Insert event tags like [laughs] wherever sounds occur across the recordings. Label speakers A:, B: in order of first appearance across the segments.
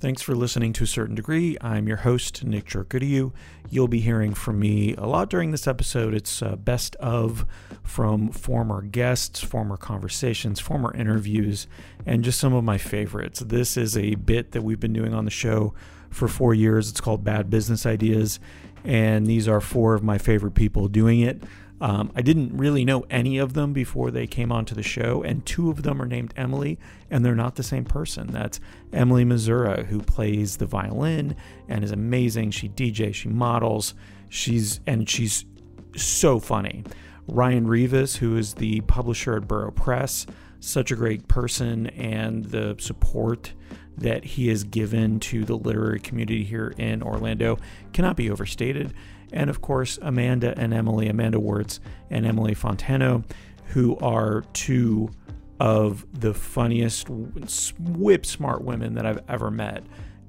A: Thanks for listening to Certain Degree. I'm your host, Nick Jerkudiu. You'll be hearing from me a lot during this episode. It's uh, best of from former guests, former conversations, former interviews, and just some of my favorites. This is a bit that we've been doing on the show for four years. It's called Bad Business Ideas, and these are four of my favorite people doing it. Um, I didn't really know any of them before they came onto the show, and two of them are named Emily, and they're not the same person. That's Emily Missouri, who plays the violin and is amazing. She DJ, she models, she's and she's so funny. Ryan Rivas, who is the publisher at Borough Press, such a great person, and the support that he has given to the literary community here in Orlando cannot be overstated. And of course, Amanda and Emily, Amanda Wirtz and Emily Fontano, who are two of the funniest, whip smart women that I've ever met.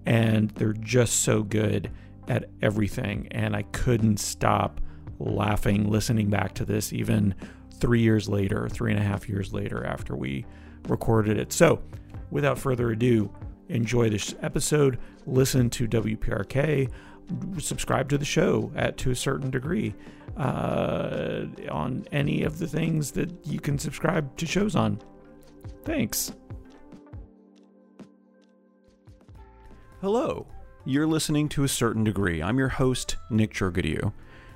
A: And they're just so good at everything. And I couldn't stop laughing listening back to this, even three years later, three and a half years later, after we recorded it. So, without further ado, enjoy this episode, listen to WPRK, subscribe to the show at to a certain degree uh, on any of the things that you can subscribe to shows on. Thanks. Hello, you're listening to a certain degree. I'm your host, Nick Jurgadieu.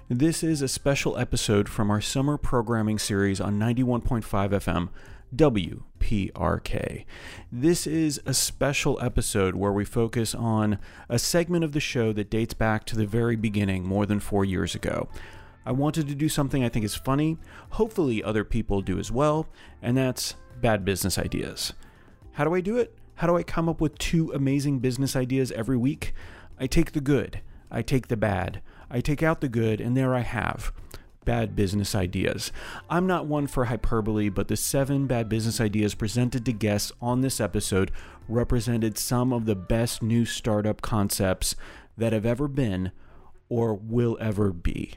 A: This is a special episode from our summer programming series on 91.5 FM WPRK. This is a special episode where we focus on a segment of the show that dates back to the very beginning, more than four years ago. I wanted to do something I think is funny, hopefully, other people do as well, and that's bad business ideas. How do I do it? How do I come up with two amazing business ideas every week? I take the good, I take the bad, I take out the good, and there I have bad business ideas. I'm not one for hyperbole, but the seven bad business ideas presented to guests on this episode represented some of the best new startup concepts that have ever been or will ever be.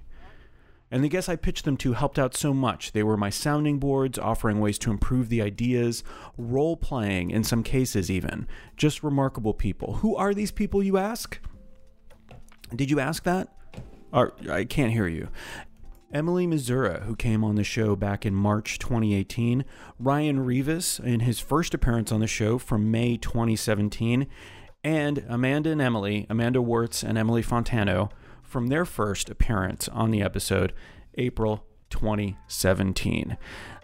A: And the guests I pitched them to helped out so much. They were my sounding boards, offering ways to improve the ideas, role playing in some cases, even. Just remarkable people. Who are these people, you ask? Did you ask that? Or, I can't hear you. Emily Missouri, who came on the show back in March 2018, Ryan Rivas in his first appearance on the show from May 2017, and Amanda and Emily, Amanda Wirtz and Emily Fontano, from their first appearance on the episode, April 2017.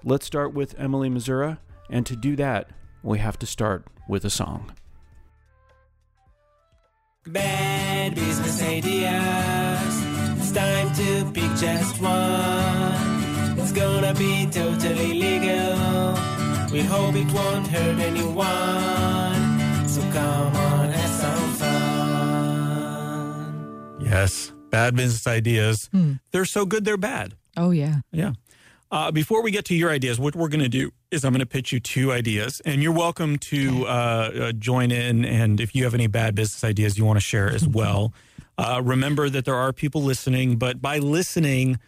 A: Let's start with Emily Missouri, and to do that, we have to start with a song.
B: Bad business ideas. It's time to pick just one. It's gonna be totally legal. We hope it won't hurt anyone. So come on, have some fun.
C: Yes. Bad business ideas. They're so good, they're bad.
D: Hmm. Oh yeah.
C: Yeah. Uh, before we get to your ideas, what we're going to do is I'm going to pitch you two ideas, and you're welcome to uh, uh, join in. And if you have any bad business ideas you want to share as well, [laughs] uh, remember that there are people listening, but by listening,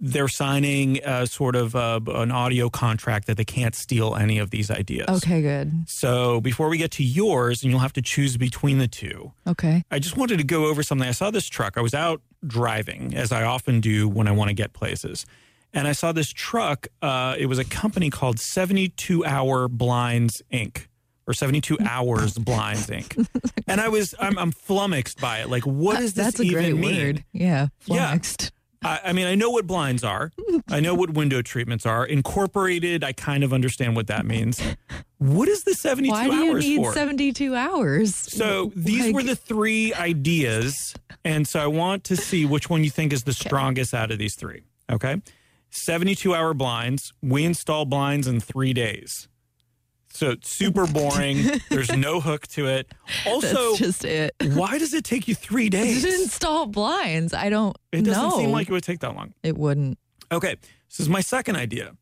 C: they're signing uh, sort of uh, an audio contract that they can't steal any of these ideas.
D: Okay, good.
C: So before we get to yours, and you'll have to choose between the two,
D: Okay.
C: I just wanted to go over something. I saw this truck. I was out driving, as I often do when I want to get places. And I saw this truck. Uh, it was a company called 72 Hour Blinds Inc. or
D: [laughs]
C: 72 Hours Blinds Inc. And I was, I'm, I'm flummoxed by it. Like, what does this
D: That's a
C: even
D: great
C: mean?
D: word. Yeah.
C: Yeah.
D: Flummoxed.
C: I, I mean, I know what blinds are. I know what window treatments are. Incorporated, I kind of understand what that means. What is the 72
D: Why do you
C: hours
D: need
C: for?
D: 72 hours?
C: So these were
D: [laughs] Like-
C: the three ideas. And so I want to see which one you think is the strongest out of these three. Okay. 72 hour blinds. We install blinds in three days. So it's
D: [laughs]
C: super boring. There's no hook to it.
D: That's
C: Also,
D: just it.
C: why does it take you
D: [laughs]
C: three days?
D: To install blinds. I don't
C: It doesn't
D: know.
C: seem like it would take that long.
D: it wouldn't.
C: Okay. This is my second idea.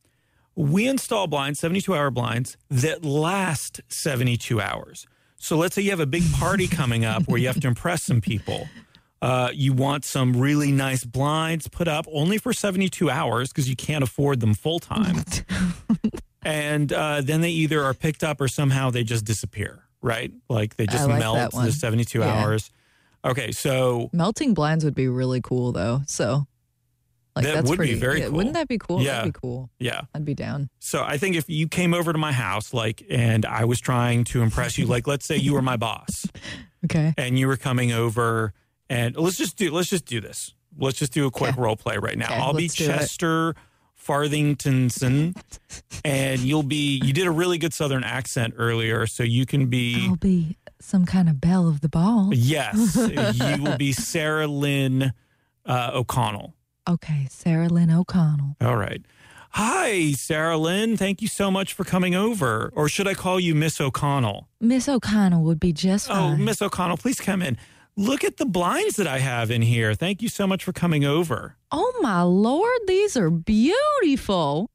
C: We install blinds, 72 hour blinds that last 72 hours. So let's say you have a big
D: [laughs]
C: party coming up where you have to impress some people. Uh, you want some really nice blinds put up only for 72 hours because you can't afford them full
D: [laughs]
C: time. and uh, then they either are picked up or somehow they just disappear. right? Like they just
D: I like
C: melt
D: that one.
C: the 72
D: Yeah.
C: hours. Okay, so
D: Melting blinds would be really cool though. So like
C: That
D: that's
C: would be
D: pretty
C: very
D: yeah,
C: cool.
D: Wouldn't that be cool?
C: Yeah.
D: That'd be cool.
C: yeah.
D: I'd be down.
C: So I think if you came over to my house, like, and I was trying to impress you, like, let's say you were my boss
D: Okay.
C: and you were coming over, and let's just do, let's just do this. Let's just do a quick
D: Okay.
C: role play right now.
D: Okay,
C: I'll be
D: let's do it.
C: Chester Farthingtonson, and you'll be. You did a really good Southern accent earlier, so you can be.
D: I'll be some kind of belle of the ball. [laughs]
C: Yes, you will be Sarah Lynn uh, O'Connell.
D: Okay, Sarah Lynn O'Connell.
C: All right. Hi, Sarah Lynn. Thank you so much for coming over. Or should I call you Miss O'Connell?
D: Miss O'Connell would be just
C: Oh,
D: fine.
C: Miss O'Connell, please come in. Look at the blinds that I have in here. Thank you so much for coming over.
D: oh my lord, these are beautiful.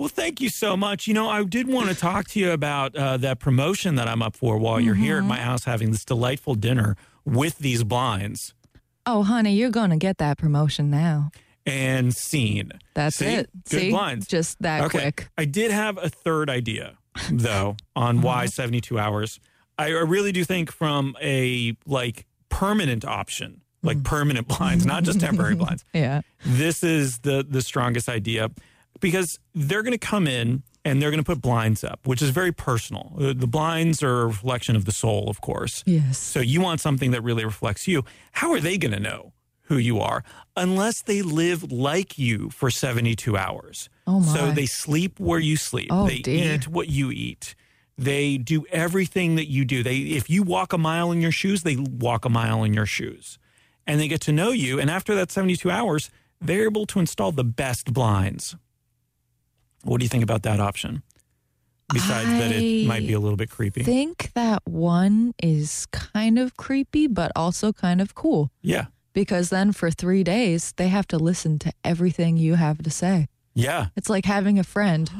C: Well, thank you so much. You know, I did want to talk to you about uh, that promotion that I'm up for while you're here
D: Mm-hmm.
C: at my house having this delightful dinner with these blinds
D: Oh, honey, you're gonna get that promotion now.
C: and scene.
D: That's
C: See?
D: it.
C: Good
D: See,
C: blinds.
D: just that quick.
C: I did have a third idea
D: [laughs]
C: though on
D: Uh-huh.
C: why 72 hours. I I really do think from a like permanent option, like
D: Mm.
C: permanent blinds, not just
D: [laughs]
C: temporary blinds.
D: Yeah.
C: This is the the strongest idea because they're going to come in and they're going to put blinds up, which is very personal. Uh, The blinds are a reflection of the soul, of course.
D: Yes.
C: So you want something that really reflects you. How are they going to know who you are unless they live like you for 72 hours?
D: Oh, my.
C: So they sleep where you sleep.
D: Oh,
C: they
D: dear.
C: eat what you eat. They do everything that you do. They if you walk a mile in your shoes, they walk a mile in your shoes. And they get to know you and after that 72 hours, they're able to install the best blinds. What do you think about that option? Besides that it
D: I
C: might be a little bit creepy.
D: think that one is kind of creepy, but also kind of cool
C: yeah.
D: because then for three days they have to listen to everything you have to say.
C: Yeah.
D: It's like having a friend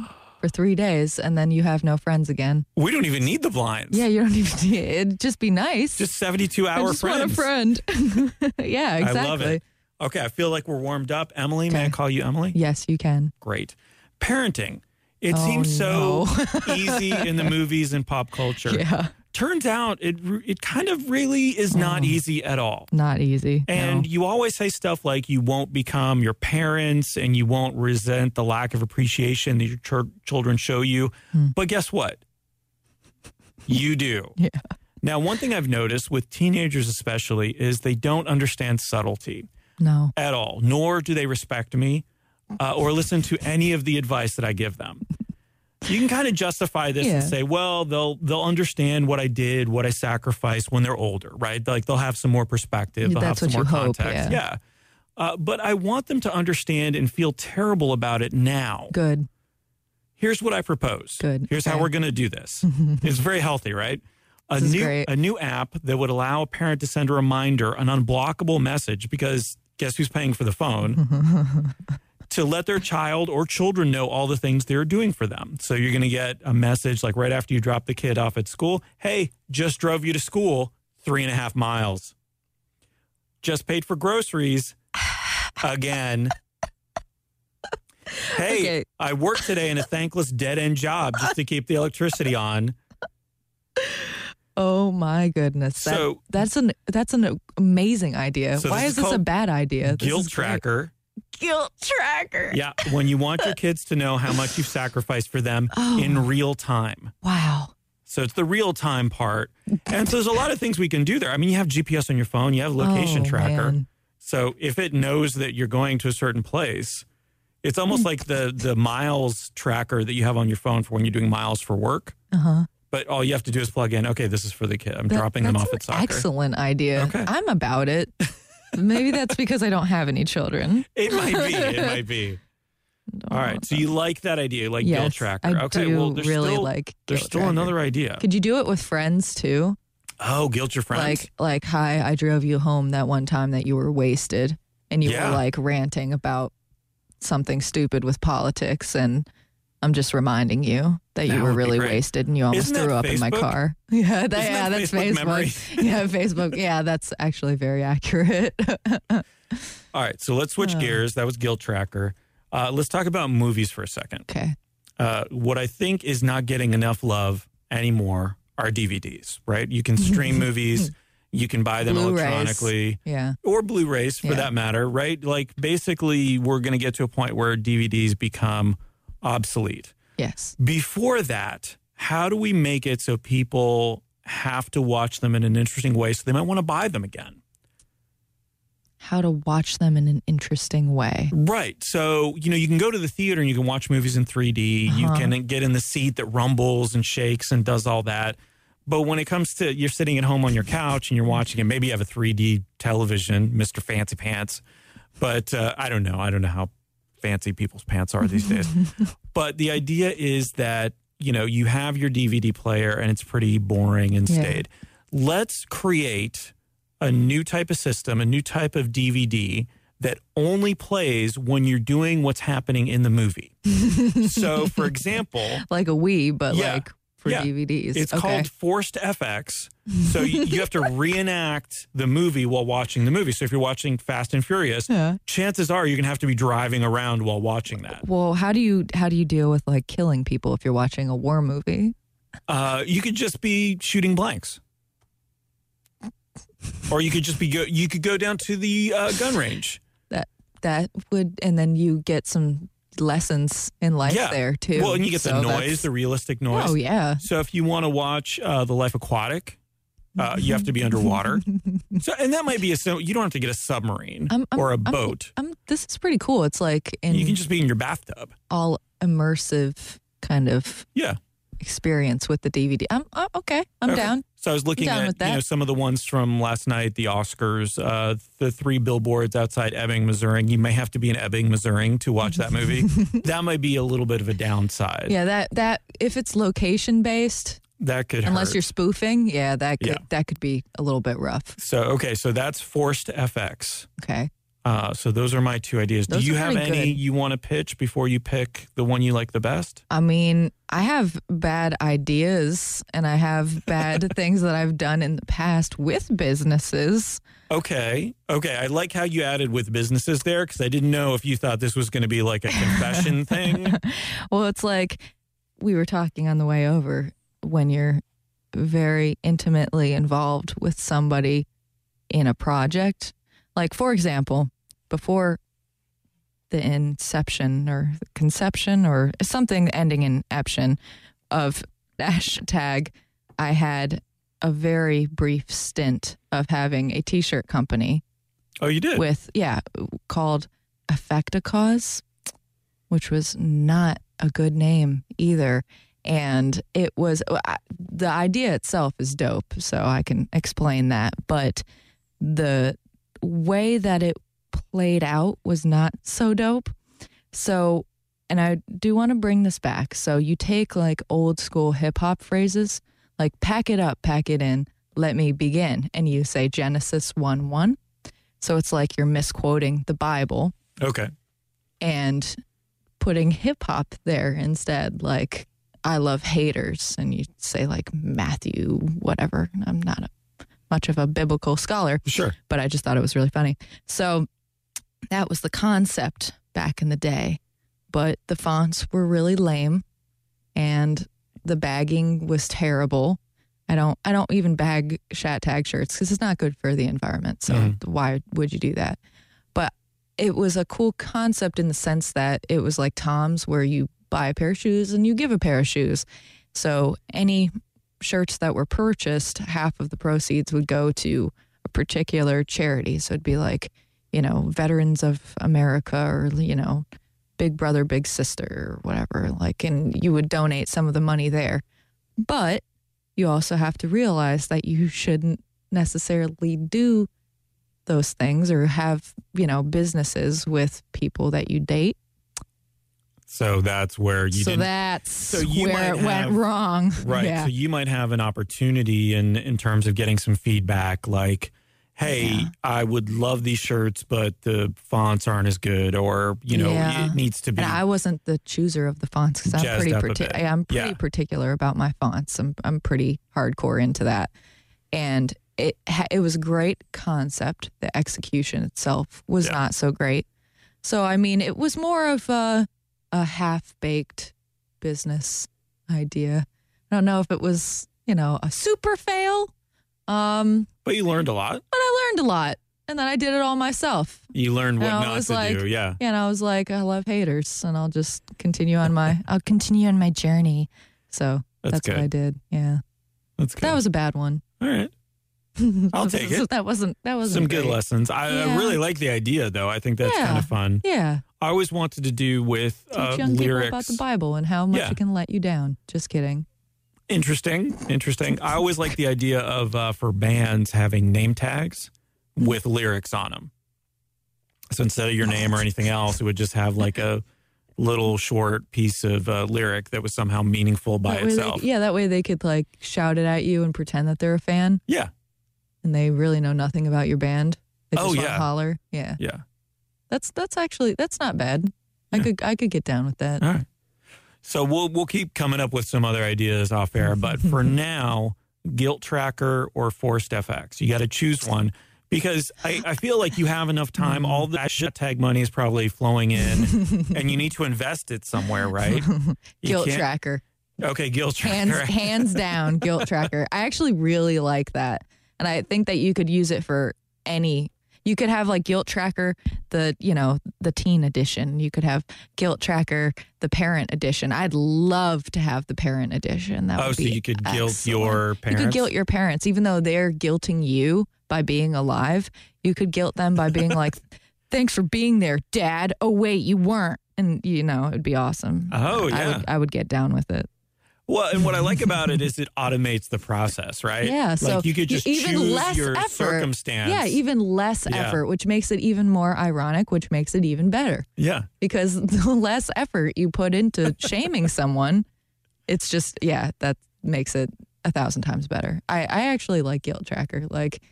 D: for three days and then you have no friends again.
C: We don't even need the blinds.
D: Yeah, you don't even. [laughs] It'd just be nice.
C: Just 72
D: I
C: hour
D: just
C: friends.
D: want a friend. [laughs] yeah, exactly.
C: I love it. Okay, I feel like we're warmed up. Emily, may I
D: Okay.
C: call you Emily?
D: Yes, you can.
C: Great. Parenting. It
D: Oh,
C: seems so [laughs] easy in the movies and pop culture.
D: Yeah,
C: Turns out it re- it kind of really is not easy at all.
D: not easy.
C: And
D: no.
C: you always say stuff like you won't become your parents and you won't resent the lack of appreciation that your chur children show you.
D: Hmm.
C: But guess what? You do.
D: [laughs] Yeah.
C: Now, one thing I've noticed with teenagers, especially, is they don't understand subtlety
D: no.
C: at all, nor do they respect me uh, or listen to any of the advice that I give them. You can kind of justify this
D: Yeah.
C: and say, well, they'll they'll understand what I did, what I sacrificed when they're older, right? Like they'll have some more perspective, they'll
D: That's
C: have some
D: what
C: more
D: you hope,
C: context. Yeah. Uh, but I want them to understand and feel terrible about it now.
D: Good.
C: Here's what I propose.
D: Good.
C: Here's how
D: Okay.
C: we're going to do
D: [laughs]
C: this. it's very healthy, right? A
D: This is
C: new
D: great.
C: a new app that would allow a parent to send a reminder, an unblockable message, because guess who's paying for the phone?
D: [laughs]
C: to let their child or children know all the things they're doing for them. So you're going to get a message like right after you drop the kid off at school. Hey, just drove you to school three and a half miles. Just paid for groceries
D: [laughs]
C: again. Hey,
D: Okay.
C: I worked today in a thankless dead end job just to keep the electricity
D: [laughs]
C: on.
D: Oh my goodness. That,
C: So-
D: that's an that's an amazing idea.
C: So
D: Why
C: this is
D: is, this a
C: called
D: bad idea? This
C: Guilt
D: is great.
C: tracker.
D: Guilt tracker.
C: Yeah, when you want your kids to know how much you've sacrificed for them
D: Oh.
C: in real time.
D: Wow.
C: So it's the real time part. And so there's a lot of things we can do there. I mean, you have GPS on your phone, you have location
D: Oh,
C: tracker.
D: man.
C: So if it knows that you're going to a certain place, it's
D: Hmm.
C: almost like the the miles tracker that you have on your phone for when you're doing miles for work.
D: Uh-huh.
C: But all you have to do is plug in, okay, this is for the kid. I'm
D: That-
C: dropping them
D: that's
C: off
D: an
C: at soccer.
D: Excellent idea.
C: Okay.
D: I'm about it. Maybe
C: [laughs]
D: that's because I don't have any children.
C: It might be.
D: [laughs]
C: It might be. All right. So you like that idea, like
D: yes,
C: guilt tracker.
D: I
C: okay.
D: do
C: well, there's
D: really
C: still,
D: like.
C: there's
D: guilt
C: still
D: tracker.
C: another idea.
D: Could you do it with friends too?
C: Oh, guilt your friends.
D: Like, like, hi, I drove you home that one time that you were wasted, and you
C: Yeah.
D: were like ranting about something stupid with politics, and I'm just reminding you
C: That
D: that, you
C: would
D: were
C: be
D: really
C: great.
D: wasted, and you almost
C: Isn't that
D: threw up in my
C: Facebook?
D: car. [laughs] Yeah,
C: Isn't
D: that, yeah,
C: that
D: that's
C: Facebook
D: Facebook.
C: memories?
D: [laughs] yeah, Facebook. Yeah, that's actually very accurate. [laughs]
C: All right. So let's
D: uh.
C: switch gears. That was guilt tracker. Uh, let's talk about movies for a second.
D: okay,
C: Uh, what I think is not getting enough love anymore are DVDs, right? You can
D: [laughs]
C: stream movies, you can buy them
D: Blu-rays.
C: electronically
D: Yeah.
C: or Blu-rays for
D: Yeah.
C: that matter, right? Like basically we're going to get to a point where DVDs become obsolete.
D: Yes.
C: Before that, how do we make it so people have to watch them in an interesting way so they might want to buy them again?
D: How to watch them in an interesting way.
C: Right. So, you know, you can go to the theater and you can watch movies in 3D. You
D: Uh-huh.
C: can get in the seat that rumbles and shakes and does all that. But when it comes to you're sitting at home on your couch and you're watching it, maybe you have a 3D television, Mr. Fancy Pants. But uh, I don't know. I don't know how fancy people's pants are these days. But the idea is that, you know, you have your DVD player and it's pretty boring and
D: Yeah.
C: staid. Let's create a new type of system, a new type of DVD that only plays when you're doing what's happening in the movie. so, for example,
D: Like a Wii, but
C: Yeah.
D: like for
C: Yeah.
D: DVDs.
C: it's
D: okay.
C: called forced FX. So, you, you have
D: [laughs]
C: to reenact the movie while watching the movie. So, if you're watching Fast and Furious,
D: Yeah.
C: chances are you're going to have to be driving around while watching that.
D: Well, how do you how do you deal with like killing people if you're watching a war movie?
C: Uh, you could just be shooting blanks, or you could just be go, you could go down to the uh, gun range.
D: That that would and then you get some lessons in life
C: Yeah.
D: there too.
C: Well, and you get
D: So
C: the noise,
D: that's-
C: the realistic noise.
D: Oh yeah.
C: So if you want to watch uh, The Life Aquatic, uh, you have to
D: [laughs]
C: be underwater. so and that might be a sim- you don't have to get a submarine
D: I'm- I'm-
C: or a
D: I'm-
C: boat.
D: Um this is pretty cool. It's like an
C: you can just be in your bathtub.
D: all immersive kind of
C: Yeah.
D: experience with the DVD. I'm uh, okay. I'm
C: Okay.
D: down.
C: So I was looking
D: down
C: at
D: with that.
C: you know some of the ones from last night, the Oscars, uh, the three billboards outside Ebbing, Missouri. You may have to be in Ebbing, Missouri to watch that
D: [laughs]
C: movie. that might be a little bit of a downside.
D: Yeah, that that if it's location based,
C: That could
D: unless
C: hurt.
D: you're spoofing, yeah, that could
C: Yeah.
D: that could be a little bit rough.
C: so okay. So that's forced FX.
D: Okay.
C: Uh, so those are my two ideas.
D: Those
C: Do you
D: are
C: have
D: pretty
C: any
D: good.
C: you want to pitch before you pick the one you like the best?
D: I mean, I have bad ideas and I have bad [laughs] things that I've done in the past with businesses.
C: Okay. Okay. I like how you added with businesses there because I didn't know if you thought this was going to be like a
D: [laughs]
C: confession thing.
D: Well, it's like we were talking on the way over when you're very intimately involved with somebody in a project. Like, for example, before the inception or the conception or something ending in eption of [laughs] hashtag, I had a very brief stint of having a t shirt company
C: Oh, you did.
D: with yeah called Effecticause, which was not a good name either. And it was uh, I- the idea itself is dope, so I can explain that. But the way that it played out was not so dope. So, and I do want to bring this back. So, you take like old school hip hop phrases, like pack it up, pack it in, let me begin. And you say Genesis 1 1. So it's like you're misquoting the Bible
C: okay.
D: and putting hip hop there instead. Like, I love haters. And you say, like, Matthew, whatever. And I'm not a, much of a biblical scholar,
C: Sure.
D: but I just thought it was really funny. So that was the concept back in the day. But the fonts were really lame and the bagging was terrible. I don't I don't even bag shat tag shirts because it's not good for the environment. So
C: Mhm.
D: why would you do that? But it was a cool concept in the sense that it was like Tom's where you buy a pair of shoes and you give a pair of shoes. So any shirts that were purchased, half of the proceeds would go to a particular charity. So it'd be like, you know, Veterans of America or, you know, Big Brother, Big Sister or whatever. Like, and you would donate some of the money there. But you also have to realize that you shouldn't necessarily do those things or have, you know, businesses with people that you date.
C: So that's where you
D: so
C: didn't.
D: that's
C: you
D: where it
C: might have-
D: went wrong.
C: Right.
D: Yeah.
C: So you might have an opportunity in in terms of getting some feedback like hey,
D: Yeah.
C: I would love these shirts but the fonts aren't as good or you know
D: Yeah.
C: it needs to be
D: And I wasn't the chooser of the fonts because I'm
C: Jazzed
D: pretty
C: up a
D: parti-
C: bit.
D: yeah, I'm pretty
C: Yeah.
D: particular about my fonts. I'm I'm pretty hardcore into that, and it ha- it was a great concept. The execution itself was
C: Yeah.
D: not so great. So I mean, it was more of a a half baked business idea. I don't know if it was you know, a super fail. Um,
C: But you learned a lot.
D: but I learned a lot. And then I did it all myself.
C: You learned what
D: No, it
C: not
D: was
C: to
D: like-
C: do. Yeah.
D: And I was like, I love haters and I'll just continue on my I'll continue on my journey. So
C: That's
D: that's,
C: good.
D: what I did. Yeah.
C: That's good.
D: That was a bad one.
C: All right.
D: [laughs]
C: I'll take it.
D: That wasn't that wasn't
C: Some good
D: great.
C: lessons. I, I
D: Yeah.
C: really like the idea, though. I think that's
D: Yeah.
C: kind of fun.
D: Yeah.
C: I always wanted to do with
D: Teach
C: uh,
D: young
C: lyrics.
D: people about the Bible and how much
C: Yeah.
D: it can let you down. Just kidding.
C: Interesting, interesting. I always like the idea of uh, for bands having name tags with lyrics on them. So instead of your name or anything else, it would just have like a little short piece of uh, lyric that was somehow meaningful by
D: That way they-
C: itself.
D: yeah, that way they could like shout it at you and pretend that they're a fan
C: yeah,
D: and they really know nothing about your band. They just
C: Oh,
D: wanna
C: yeah.
D: holler. Yeah.
C: yeah.
D: That's that's actually that's not bad. I could I could get down with that.
C: All right. So we'll we'll keep coming up with some other ideas off air, but
D: [laughs]
C: for now, guilt tracker or forced FX. You got to choose one because I, I feel like you have enough time. All
D: Mm-hmm.
C: that shit tag money is probably flowing
D: [laughs]
C: in, and you need to invest it somewhere, right? You
D: guilt
C: can't-
D: tracker.
C: Okay, guilt tracker.
D: hands hands down guilt tracker i actually really like that and i think that you could use it for any you could have like guilt tracker the you know the teen edition you could have guilt tracker the parent edition i'd love to have the parent edition that
C: oh,
D: would
C: so
D: be
C: you could guilt
D: excellent.
C: your
D: you
C: parents.
D: could guilt your parents even though they're guilting you by being alive you could guilt them by being like [laughs] thanks for being there dad oh wait you weren't and you know it'd be awesome
C: Oh,
D: I
C: yeah.
D: would, uh, I would get down with it
C: well, and what I like about
D: [laughs]
C: it is it automates the process, right?
D: Yeah,
C: like
D: so e
C: you could just
D: even
C: choose
D: less
C: your
D: effort.
C: circumstance.
D: Yeah, even less
C: Yeah.
D: effort, which makes it even more ironic, which makes it even better.
C: yeah.
D: Because [laughs] the less effort you put into shaming someone, it's just, yeah, that makes it a thousand times better. I, I actually like Guilt Tracker. Like,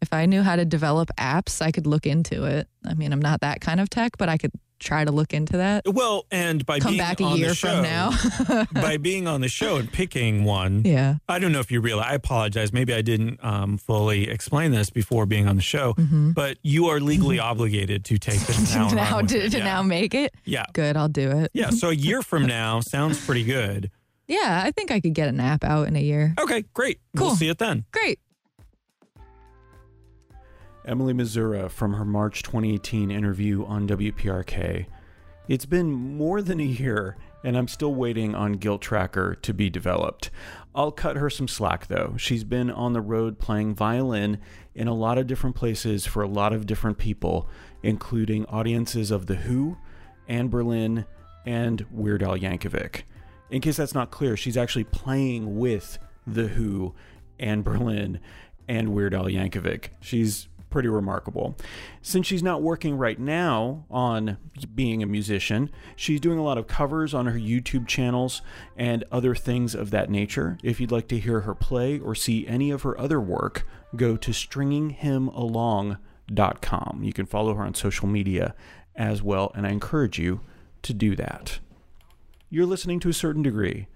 D: if I knew how to develop apps, I could look into it. I mean, I'm not that kind of tech, but I could try to look into that.
C: Well, and by
D: Come
C: being
D: back a
C: on the
D: year from
C: show-
D: now. [laughs]
C: by being on the show and picking one.
D: yeah.
C: I don't know if you realize. I apologize. Maybe I didn't um, fully explain this before being on the show, but you are legally obligated to take
D: [laughs]
C: this now. and run
D: Mm-hmm. now,
C: with
D: did,
C: it. Yeah.
D: now make it.
C: yeah.
D: Good, I'll do it.
C: Yeah. So a year
D: [laughs]
C: from now sounds pretty good.
D: Yeah, I think I could get an app out in a year.
C: Okay, great. We'll
D: Cool.
C: see it then.
D: Great.
A: Emily Missoura from her March 2018 interview on WPRK. It's been more than a year, and I'm still waiting on Guilt Tracker to be developed. I'll cut her some slack though. She's been on the road playing violin in a lot of different places for a lot of different people, including audiences of The Who, Anne Berlin, and Weird Al Yankovic. In case that's not clear, she's actually playing with The Who, Anne Berlin, and Weird Al Yankovic. She's pretty remarkable. Since she's not working right now on being a musician, she's doing a lot of covers on her YouTube channels and other things of that nature. If you'd like to hear her play or see any of her other work, go to stringinghimAlong.com. You can follow her on social media as well, and I encourage you to do that you're listening to a certain degree.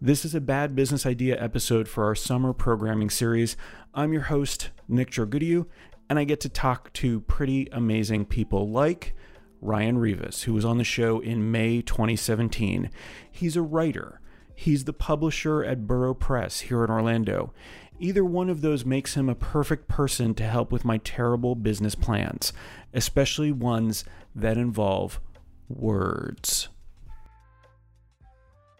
A: This is a bad business idea episode for our summer programming series. I'm your host, Nick Jorgudiu, and I get to talk to pretty amazing people like Ryan Rivas, who was on the show in May 2017. He's a writer. He's the publisher at Borough Press here in Orlando. Either one of those makes him a perfect person to help with my terrible business plans, especially ones that involve words.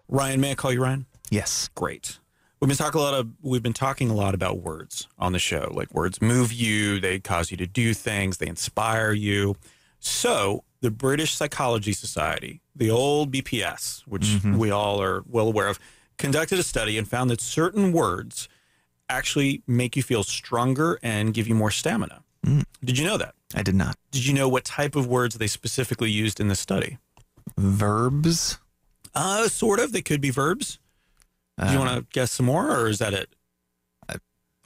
C: Ryan, may I call you Ryan?
E: Yes.
C: Great. We've been talking a lot of we've been talking a lot about words on the show. Like words move you, they cause you to do things, they inspire you. So the British Psychology Society, the old BPS, which we all are well aware of, conducted a study and found that certain words actually make you feel stronger and give you more stamina. Did you know that?
E: I did not.
C: Did you know what type of words they specifically used in the study?
E: Verbs.
C: Uh, sort of. They could be verbs. Do you
E: Uh,
C: want to guess some more, or is that it?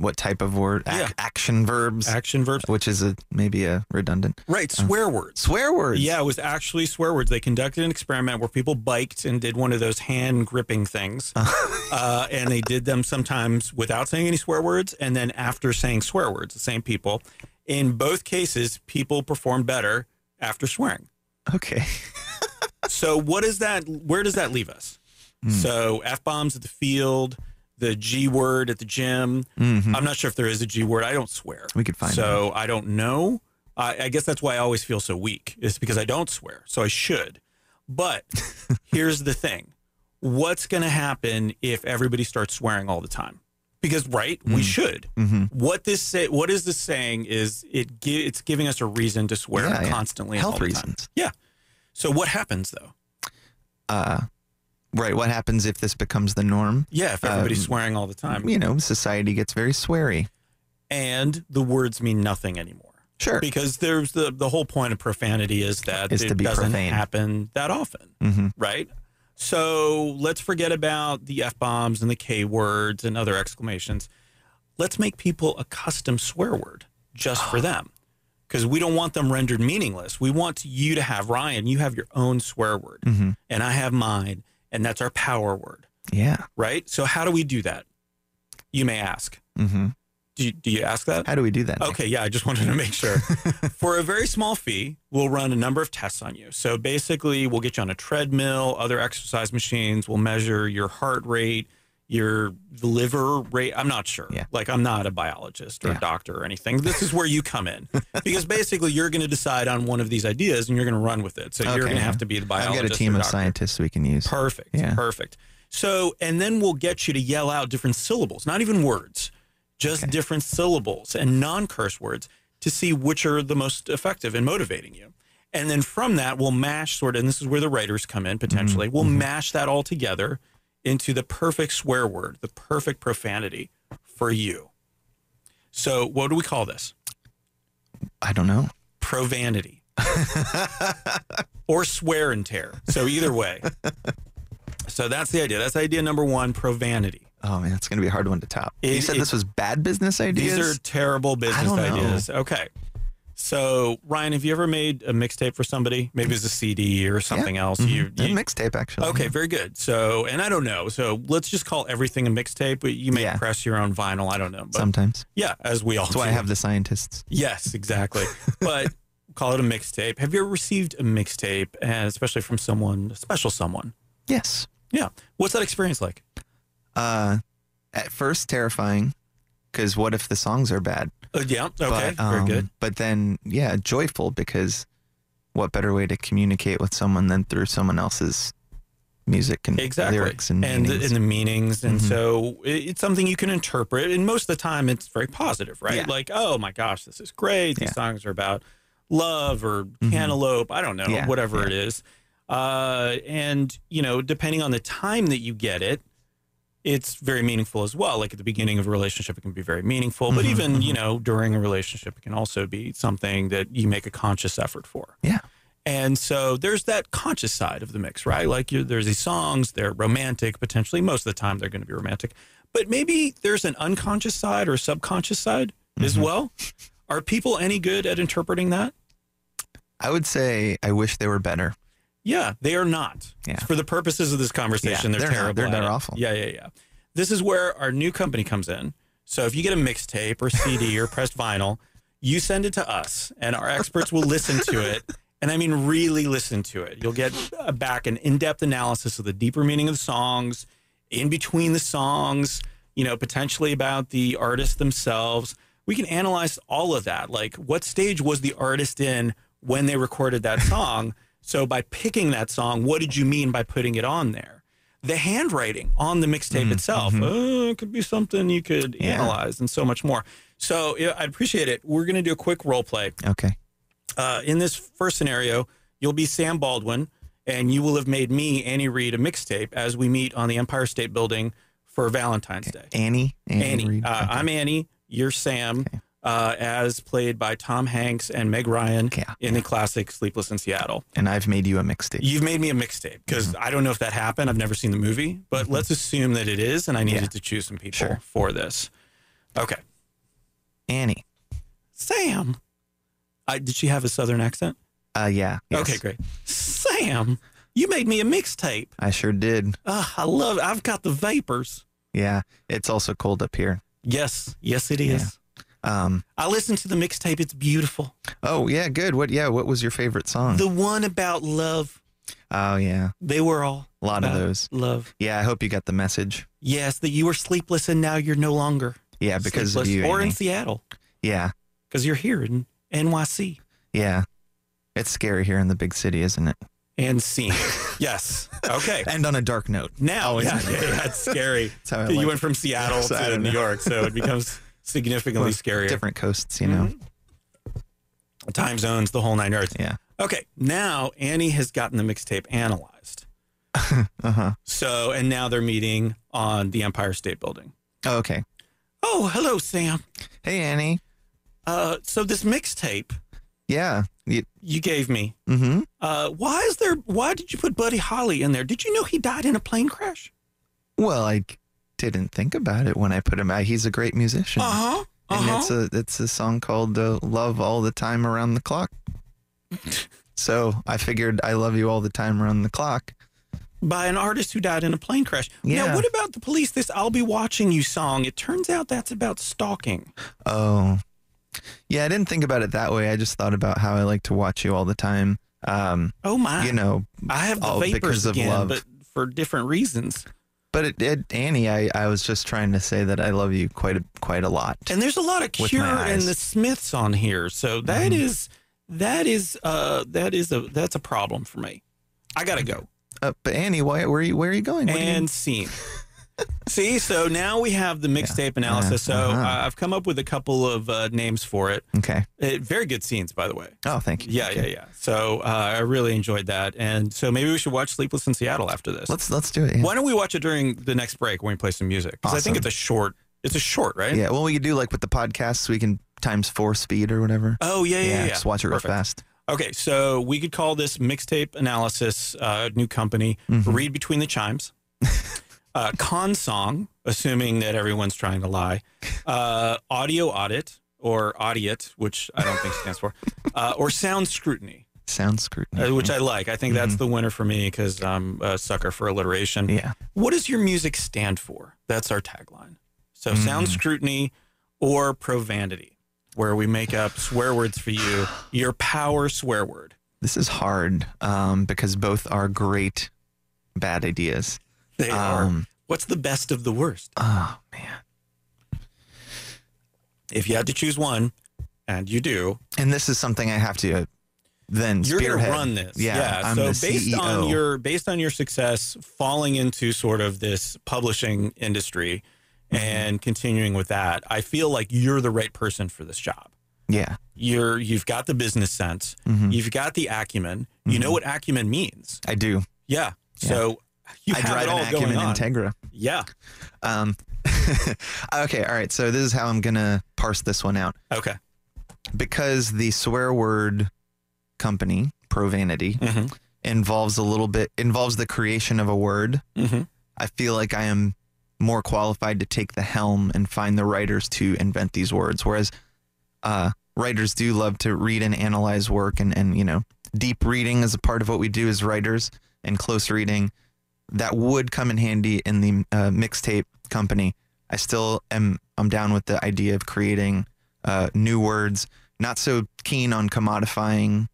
E: What type of word? Ac-
C: Yeah.
E: Action verbs,
C: Action verbs.
E: which is a maybe a redundant.
C: Right, swear words.
E: Swear words.
C: Uh. Yeah, it was actually swear words. They conducted an experiment where people biked and did one of those hand gripping things. uh, and they did them sometimes without saying any swear words and then after saying swear words, the same people. In both cases, people performed better after swearing.
E: Okay. Hmm.
C: So, what is that? Where does that leave us? So, F bombs at the field, the G word at the gym.
E: Mhm.
C: I'm not sure if there is a G word. I don't swear.
E: We could find out.
C: So I don't know. I, I guess that's why I always feel so weak. It's because I don't swear. So I should.
E: [laughs]
C: But here's the thing: what's going to happen if everybody starts swearing all the time? Because right, we should.
E: Mhm.
C: What this say? What is this saying? Is it? Gi- it's giving us a reason to swear
E: Yeah, yeah.
C: constantly, and all
E: Health
C: the time.
E: reasons.
C: Yeah. So what happens though?
E: Uh, right. What happens if this becomes the norm?
C: Yeah, if everybody's
E: Um,
C: swearing all the time,
E: You know, society gets very sweary.
C: and the words mean nothing anymore.
E: Sure.
C: Because there's the the whole point of profanity is that
E: Is
C: it
E: to be
C: doesn't
E: profane.
C: happen that often,
E: Mm-hmm.
C: right? So let's forget about the f bombs and the k words and other exclamations. Let's make people a custom swear word just
E: [gasps]
C: for them, because we don't want them rendered meaningless. We want you to have Ryan. You have your own swear word,
E: Mhm.
C: and I have mine, and that's our power word,
E: Yeah.
C: right? So how do we do that? You may ask.
E: hmm
C: Do you, do you ask that?
E: How do we do that? Nick?
C: Okay, yeah, I just wanted to make
E: [laughs]
C: sure. For a very small fee, we'll run a number of tests on you. So basically, we'll get you on a treadmill, other exercise machines, we'll measure your heart rate, your liver rate. I'm not sure.
E: Yeah.
C: Like, I'm not a biologist or
E: Yeah.
C: a doctor or anything. This is where you come
E: [laughs]
C: in because basically, you're going to decide on one of these ideas and you're going to run with it. So
E: Okay,
C: you're going to
E: yeah.
C: have to be the
E: I've
C: biologist.
E: got a
C: or
E: team of
C: doctor.
E: scientists we can use.
C: Perfect.
E: Yeah.
C: Perfect. So, and then we'll get you to yell out different syllables, not even words, just different syllables and non curse words to see which are the most effective in motivating you. And then from that, we'll mash sort of, and this is where the writers come in potentially, we'll mash that all together into the perfect swear word, the perfect profanity for you. So, what do we call this?
E: I don't know.
C: Provanity or swear and tear. So, either way. So, that's the idea. That's idea number one provanity.
E: Oh man, it's gonna be a hard one to top. you
C: It-
E: said
C: it-
E: this was bad business ideas.
C: These are terrible business
E: don't know.
C: ideas. Okay. So, Ryan, have you ever made a mixtape for somebody? Maybe it's a CD or something else. You,
E: Mm-hmm. A
C: you-
E: mixtape actually.
C: okay, very good. So, and I don't know. So, let's just call everything a mixtape, but you may
E: Yeah.
C: press your own vinyl. I don't know. But
E: Sometimes.
C: yeah, as we all
E: That's why I
C: do.
E: have the scientists.
C: Yes, exactly. but call it a mixtape. Have you ever received a mixtape, and especially from someone, a special someone?
E: Yes.
C: Yeah. What's that experience like?
E: Uh, at first terrifying, because what if the songs are bad?
C: Uh, yeah. Okay.
E: But,
C: very
E: um,
C: good.
E: But then, yeah, joyful because what better way to communicate with someone than through someone else's music and
C: exactly
E: lyrics and,
C: and the,
E: meanings.
C: and the meanings and
E: Mhm.
C: so it, it's something you can interpret and most of the time it's very positive right
E: Yeah.
C: like oh my gosh this is great these
E: Yeah. Mm-hmm.
C: songs are about love or cantaloupe i don't know
E: Yeah,
C: whatever
E: yeah.
C: it is uh, and you know depending on the time that you get it it's very meaningful as well like at the beginning of a relationship it can be very meaningful but
E: Mhm,
C: even you know during a relationship it can also be something that you make a conscious effort for
E: Yeah.
C: and so there's that conscious side of the mix, right? Like you there's these songs, they're romantic, potentially. Most of the time, they're going to be romantic. But maybe there's an unconscious side or subconscious side as
E: Mm-hmm.
C: well. Are people any good at interpreting that?
E: I would say I wish they were better.
C: Yeah, they are not.
E: Yeah.
C: For the purposes of this conversation, they're,
E: Yeah, they're not.
C: terrible.
E: They're-
C: at
E: they're
C: it.
E: awful.
C: Yeah, yeah, yeah. This is where our new company comes in. So if you get a mixtape or CD or pressed vinyl, you send it to us, and our experts will listen to it. And I mean, really listen to it. You'll get uh, back an in depth analysis of the deeper meaning of the songs, in between the songs, you know, potentially about the artists themselves. We can analyze all of that. Like, what stage was the artist in when they recorded that song? so, by picking that song, what did you mean by putting it on there? The handwriting on the mixtape
E: Mm-hmm.
C: itself uh, could be something you could analyze and so much more. So, yeah, I appreciate it. We're going to do a quick role play
E: Okay.
C: uh, in this first scenario, you'll be Sam Baldwin, and you will have made me, Annie Reed, a mixtape as we meet on the Empire State Building for Valentine's Day.
E: Annie. Annie.
C: Annie,
E: Reid.
C: uh,
E: Okay.
C: I'm Annie. You're Sam, uh, as played by Tom Hanks and Meg Ryan
E: Yeah.
C: in the classic Sleepless in Seattle.
E: and I've made you a mixtape.
C: You've made me a mixtape because
E: Mm-hmm.
C: I don't know if that happened. I've never seen the movie, but let's assume that it is, and I needed
E: Yeah.
C: to choose some people
E: Sure.
C: for this. Okay,
E: Annie.
C: Sam. I, did she have a southern accent?
E: Uh, yeah. yes.
C: Okay, great. Sam, you made me a mixtape.
E: I sure did.
C: Ah, I love it. I've got the vapors.
E: Yeah. It's also cold up here.
C: Yes, yes, it is.
E: Um.
C: I listened to the mixtape. It's beautiful.
E: Oh yeah. Good. What? Yeah. What was your favorite song?
C: The one about love.
E: Oh yeah,
C: They were all
E: a lot of
C: about
E: those.
C: love.
E: Yeah, I hope you got the message.
C: Yes, that you were sleepless and now you're no longer
E: Yeah, because of
C: sleepless.
E: you.
C: or in
E: Amy.
C: Seattle
E: Yeah,
C: because you're here in NYC
E: yeah. It's scary here in the big city, isn't it?
C: and
E: [laughs]
C: seen. yes. Okay.
E: End on a dark note.
C: Now,
E: Always.
C: yeah, yeah, yeah, it's scary.
E: [laughs] That's how I
C: you
E: like
C: went from Seattle
E: Yes, [laughs] I
C: to
E: don't
C: New
E: know.
C: York, so it
E: [laughs]
C: becomes significantly scarier.
E: different coasts, you know.
C: Mm-hmm. Time zones, the whole nine yards.
E: Yeah.
C: Okay. Now Annie has gotten the mixtape analyzed.
E: Uh huh.
C: So, and now they're meeting on the Empire State Building.
E: Oh, okay.
C: Oh, hello, Sam.
E: Hey, Annie.
C: Uh, so this mixtape
E: Yeah. You,
C: you gave me,
E: mm-hmm.
C: uh, why is there? Why did you put Buddy Holly in there? Did you know he died in a plane crash?
E: Well, I didn't think about it when I put him out. He's a great musician.
C: Uh huh.
E: And
C: Uh huh.
E: it's a it's a song called uh, "Love All the Time Around
C: [laughs]
E: the Clock." so I figured I love you all the time around the clock.
C: By an artist who died in a plane crash. Now,
E: Yeah.
C: what about the police? This "I'll be watching you" song. It turns out that's about stalking.
E: Oh, yeah. I didn't think about it that way. I just thought about how I like to watch you all the time. Um,
C: Oh my!
E: you know,
C: I have the
E: oh,
C: vapors
E: because of
C: again,
E: love.
C: but for different reasons.
E: but it, it, Annie, I, I was just trying to say that I love you quite a, quite a lot.
C: And there's a lot of
E: With
C: Cure
E: my
C: and
E: eyes.
C: the Smiths on here, so that
E: Mhm.
C: is that is uh that is a that's a problem for me. I gotta go
E: Uh, but Annie, why where are you where are you going? What are you-
C: and scene. [laughs] See, so now we have the mixtape analysis. So
E: Uh-huh.
C: uh, I've come up with a couple of uh, names for it.
E: okay.
C: Uh, very good scenes, by the way.
E: Oh, thank you.
C: Yeah,
E: Okay.
C: yeah, yeah. So uh, I really enjoyed that, and so maybe we should watch Sleepless in Seattle after this.
E: Let's let's do it. Yeah.
C: Why don't we watch it during the next break when we play some music? Because I think
E: Awesome.
C: it's a short. It's a short, right?
E: Yeah. Well, we could do like with the podcasts, we can times four speed or whatever.
C: Oh yeah, yeah, yeah. yeah.
E: Just watch it
C: Perfect.
E: real fast.
C: Okay, so we could call this mixtape analysis, uh, new company,
E: Mm-hmm.
C: read between the
E: [laughs]
C: chimes, uh, con song, assuming that everyone's trying to lie, uh, audio audit or audit, which I don't think stands
E: [laughs]
C: for, uh, or sound scrutiny,
E: Sound scrutiny.
C: uh, which I like. I think that's the winner for me because I'm a sucker for alliteration.
E: Mm-hmm. yeah.
C: What does your music stand for? That's our tagline. So sound
E: Mm-hmm.
C: scrutiny or provanity, where we make up swear words for you, your power swear word.
E: This is hard um, because both are great bad ideas.
C: They are.
E: Um,
C: What's the best of the worst?
E: Oh man.
C: If you had to choose one, and you do,
E: And this is something I have to then
C: you're going to
E: spearhead.
C: run this.
E: Yeah. I'm
C: so
E: the E
C: based
E: CEO.
C: on your based on your success, falling into sort of this publishing industry,
E: Mm-hmm.
C: and continuing with that, I feel like you're the right person for this job.
E: yeah.
C: You're you've got the business sense,
E: Mhm.
C: you've got the acumen. You
E: Mm-hmm.
C: know what acumen means.
E: I do.
C: Yeah. So you
E: I
C: have
E: drive
C: it all
E: an
C: going
E: Acumen
C: on.
E: Integra.
C: yeah.
E: Um, [laughs] okay. All right. So this is how I'm gonna parse this one out
C: Okay.
E: because the swear word company Provanity
C: Mhm.
E: involves a little bit involves the creation of a word.
C: hmm
E: I feel like I am more qualified to take the helm and find the writers to invent these words. Whereas uh, writers do love to read and analyze work, and, and you know, deep reading is a part of what we do as writers, and close reading that would come in handy in the uh, mixtape company. I still am I'm down with the idea of creating uh, new words. Not so keen on commodifying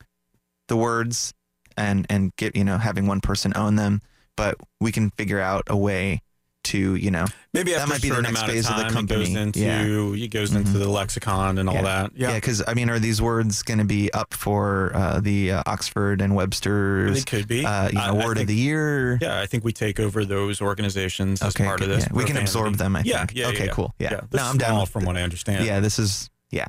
E: the words and and get you know having one person own them but we can figure out a way to, you know,
C: Maybe
E: That
C: after
E: might
C: a
E: be the
C: certain
E: next
C: amount
E: phase
C: of
E: of the
C: time, It goes
E: company. Mm-hmm.
C: into it goes into the lexicon and all
E: Yeah.
C: that. Yeah.
E: yeah, because I mean, are these words going to be up for uh, the uh, Oxford and
C: They
E: Webster's,
C: could be.
E: uh, you know,
C: I- I
E: word of
C: think-
E: the year?
C: Yeah, I think we take over those organizations as
E: okay,
C: part of
E: okay,
C: this.
E: yeah, we can
C: profanity.
E: absorb them. I
C: Yeah,
E: think.
C: yeah, yeah,
E: okay,
C: yeah.
E: cool. Yeah,
C: this
E: no,
C: is
E: I'm down.
C: small
E: with
C: from
E: it.
C: what I understand.
E: Yeah, this is yeah,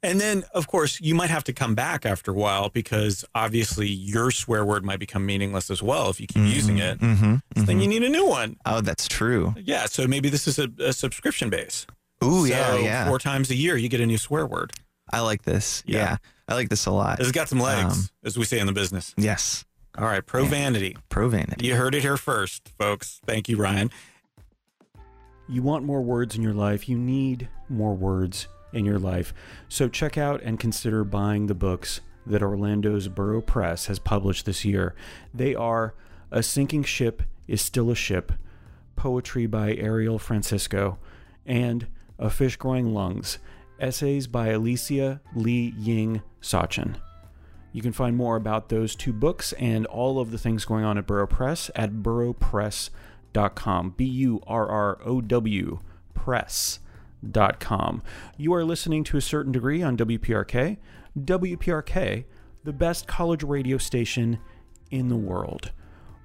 C: And then, of course, you might have to come back after a while because obviously your swear word might become meaningless as well if you keep using it.
E: Mm-hmm,
C: Then you need a new one.
E: oh, that's true.
C: Yeah, so maybe this is a, a subscription base.
E: Ooh,
C: so
E: yeah, yeah.
C: Four times a year, you get a new swear word.
E: I like this.
C: Yeah.
E: Yeah. I like this a lot.
C: It's got some legs,
E: Um,
C: as we say in the business.
E: yes,
C: All right, pro vanity.
E: pro vanity.
C: You heard it here first, folks. Thank you, Ryan.
A: You want more words in your life. You need more words in your life. So check out and consider buying the books that Orlando's Borough Press has published this year. They are A Sinking Ship is Still a Ship, Poetry by Ariel Francisco, and A Fish Growing Lungs, essays by Alicia Lee Ying Sachin. You can find more about those two books and all of the things going on at Burrow Press at burrowpress.com. B U R R O W press.com. You are listening to a certain degree on WPRK. WPRK, the best college radio station in the world.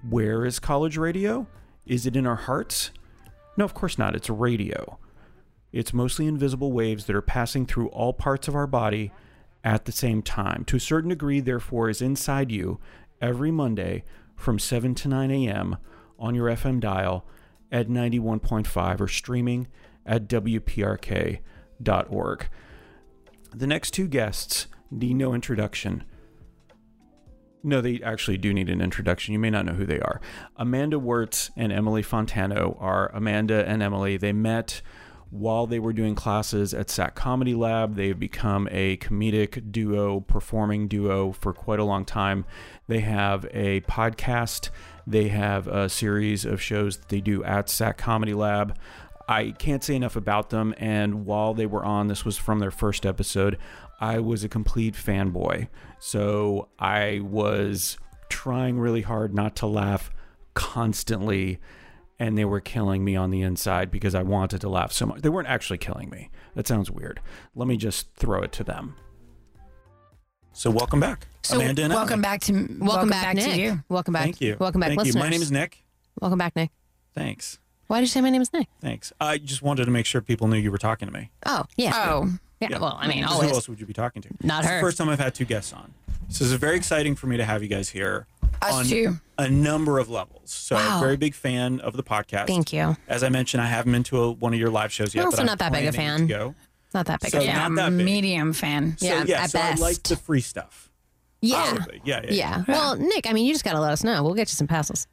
A: Where is college radio? Is it in our hearts? No, of course not. It's radio. It's mostly invisible waves that are passing through all parts of our body at the same time. To a certain degree, therefore, is inside you every Monday from 7 to 9 a.m. on your FM dial at 91.5 or streaming at WPRK.org. The next two guests need no introduction. No, they actually do need an introduction. You may not know who they are. Amanda Wirtz and Emily Fontano are Amanda and Emily. They met while they were doing classes at SAC Comedy Lab. They've become a comedic duo, performing duo for quite a long time. They have a podcast, they have a series of shows that they do at SAC Comedy Lab. I can't say enough about them. And while they were on, this was from their first episode, I was a complete fanboy. So I was trying really hard not to laugh constantly. And they were killing me on the inside because I wanted to laugh so much. They weren't actually killing me. That sounds weird. Let me just throw it to them.
C: So welcome back,
F: So
C: Amanda. And
F: welcome
C: Emily.
F: back to welcome,
G: back,
F: back,
G: Nick.
F: to you.
G: Welcome back.
C: Thank you.
G: Welcome back,
C: Thank
G: listeners.
C: You. My name is Nick.
G: Welcome back, Nick.
C: Thanks.
G: Why did you say my name is Nick?
C: Thanks. I just wanted to make sure people knew you were talking to me.
G: Oh, yeah.
F: Oh,
G: yeah. Well, I mean,
C: Because
G: always.
C: Who else would you be talking to?
G: Not
C: It's
G: her.
C: The first time I've had two guests on. So it's very exciting for me to have you guys here.
F: Us
C: on
F: too.
C: A number of levels. So
G: Wow.
C: very big fan of the podcast.
G: Thank you.
C: As I mentioned, I haven't been to a, one of your live shows yet.
G: I'm also
C: but
G: not that big a
C: planning
G: fan.
C: To go.
G: Not that big.
C: So
G: of a
F: yeah,
C: not that big.
F: medium fan.
C: So,
G: Yeah,
C: yeah.
G: at
C: so I like
G: best.
C: the free stuff.
G: yeah.
C: Probably. Yeah, yeah.
G: yeah. Well, Nick, I mean, you just got to let us know. We'll get you some passes.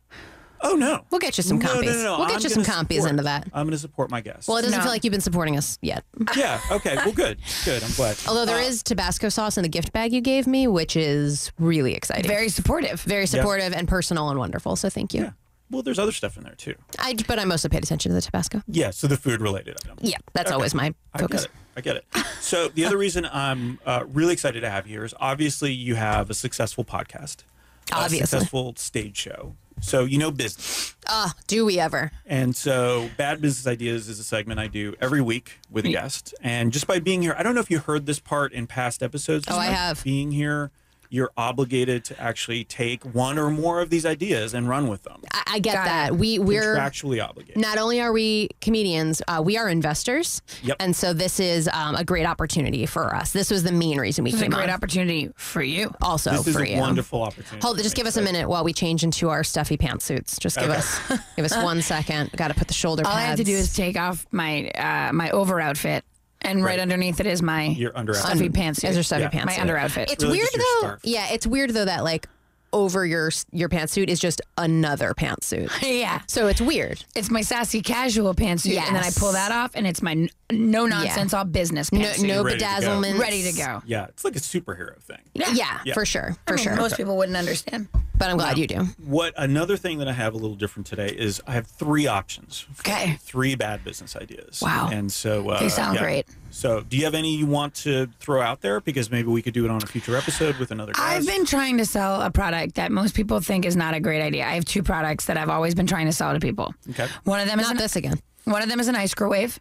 C: Oh no.
G: We'll get you some
C: No, no,
G: copies.
C: no, no.
G: We'll get
C: I'm
G: you some
C: gonna
G: copies
C: support.
G: into that.
C: I'm going to support my guests.
G: Well, it doesn't
F: No.
G: feel like you've been supporting us yet.
C: yeah. Okay. Well, good. Good. I'm glad.
G: Although there is Tabasco sauce in the gift bag you gave me, which is really exciting.
F: Very supportive.
G: very supportive and personal and wonderful. So thank you.
C: Yeah. Well, there's other stuff in there too.
G: I but I mostly paid attention to the Tabasco.
C: Yeah. So the food related item.
G: Yeah, that's always my
C: I get
G: focus.
C: it. I get it. So the other reason I'm uh, really excited to have you here is obviously you have a successful podcast,
G: Obviously.
C: a successful stage show. So you know business,
G: Ah, do we ever?
C: and so bad business ideas is a segment I do every week with a guest. And just by being here, I don't know if you heard this part in past episodes.
G: Oh,
C: just
G: I
C: by
G: have.
C: Being here, you're obligated to actually take one or more of these ideas and run with them.
G: I, I get
F: Got
G: that. We we're
C: Contractually obligated.
G: not only are we comedians, uh, we are investors,
C: Yep.
G: and so this is um, a great opportunity for us. This was the main reason we
F: It's a
G: came
F: great
G: on.
F: opportunity for you.
G: also
C: this is
G: for
C: a
G: you.
C: wonderful opportunity.
G: Hold
C: for
G: it.
C: me.
G: Just give us
C: So-
G: a minute while we change into our stuffy pantsuits. Just give us give us one second. Got to put the shoulder
F: All
G: pads.
F: I have to do is take off my uh, my over outfit, and right,
C: Right.
F: underneath it is my
C: Your under outfit.
F: stuffy pants.
G: Is your stuffy pantsuit?
F: My under outfit.
G: It's
C: Really
G: weird
C: just your
G: though.
C: scarf.
G: Yeah, it's weird though that like over your your pantsuit is just another
F: [laughs]
G: pantsuit.
F: [laughs] yeah.
G: So it's weird.
F: It's my sassy casual pantsuit, and then I
G: Yes.
F: pull that off, and it's my n- no nonsense, all business
G: No,
F: pantsuit.
G: no
C: ready to go.
G: bedazzlement.
F: Ready to go.
C: Yeah, it's like a superhero thing.
G: Yeah,
C: Yeah.
G: for sure, for
F: I mean,
G: sure.
F: Most people wouldn't understand.
G: but I'm glad you do.
C: What another thing that I have a little different today is I have three options. for
F: Okay.
C: Three bad business ideas.
F: Wow.
C: And so uh,
F: They sound great.
C: So, do you have any you want to throw out there? Because maybe we could do it on a future episode with another guy.
F: I've been trying to sell a product that most people think is not a great idea. I have two products that I've always been trying to sell to people.
C: Okay.
F: One of them is
G: Not
F: an,
G: this again.
F: one of them is an ice microwave.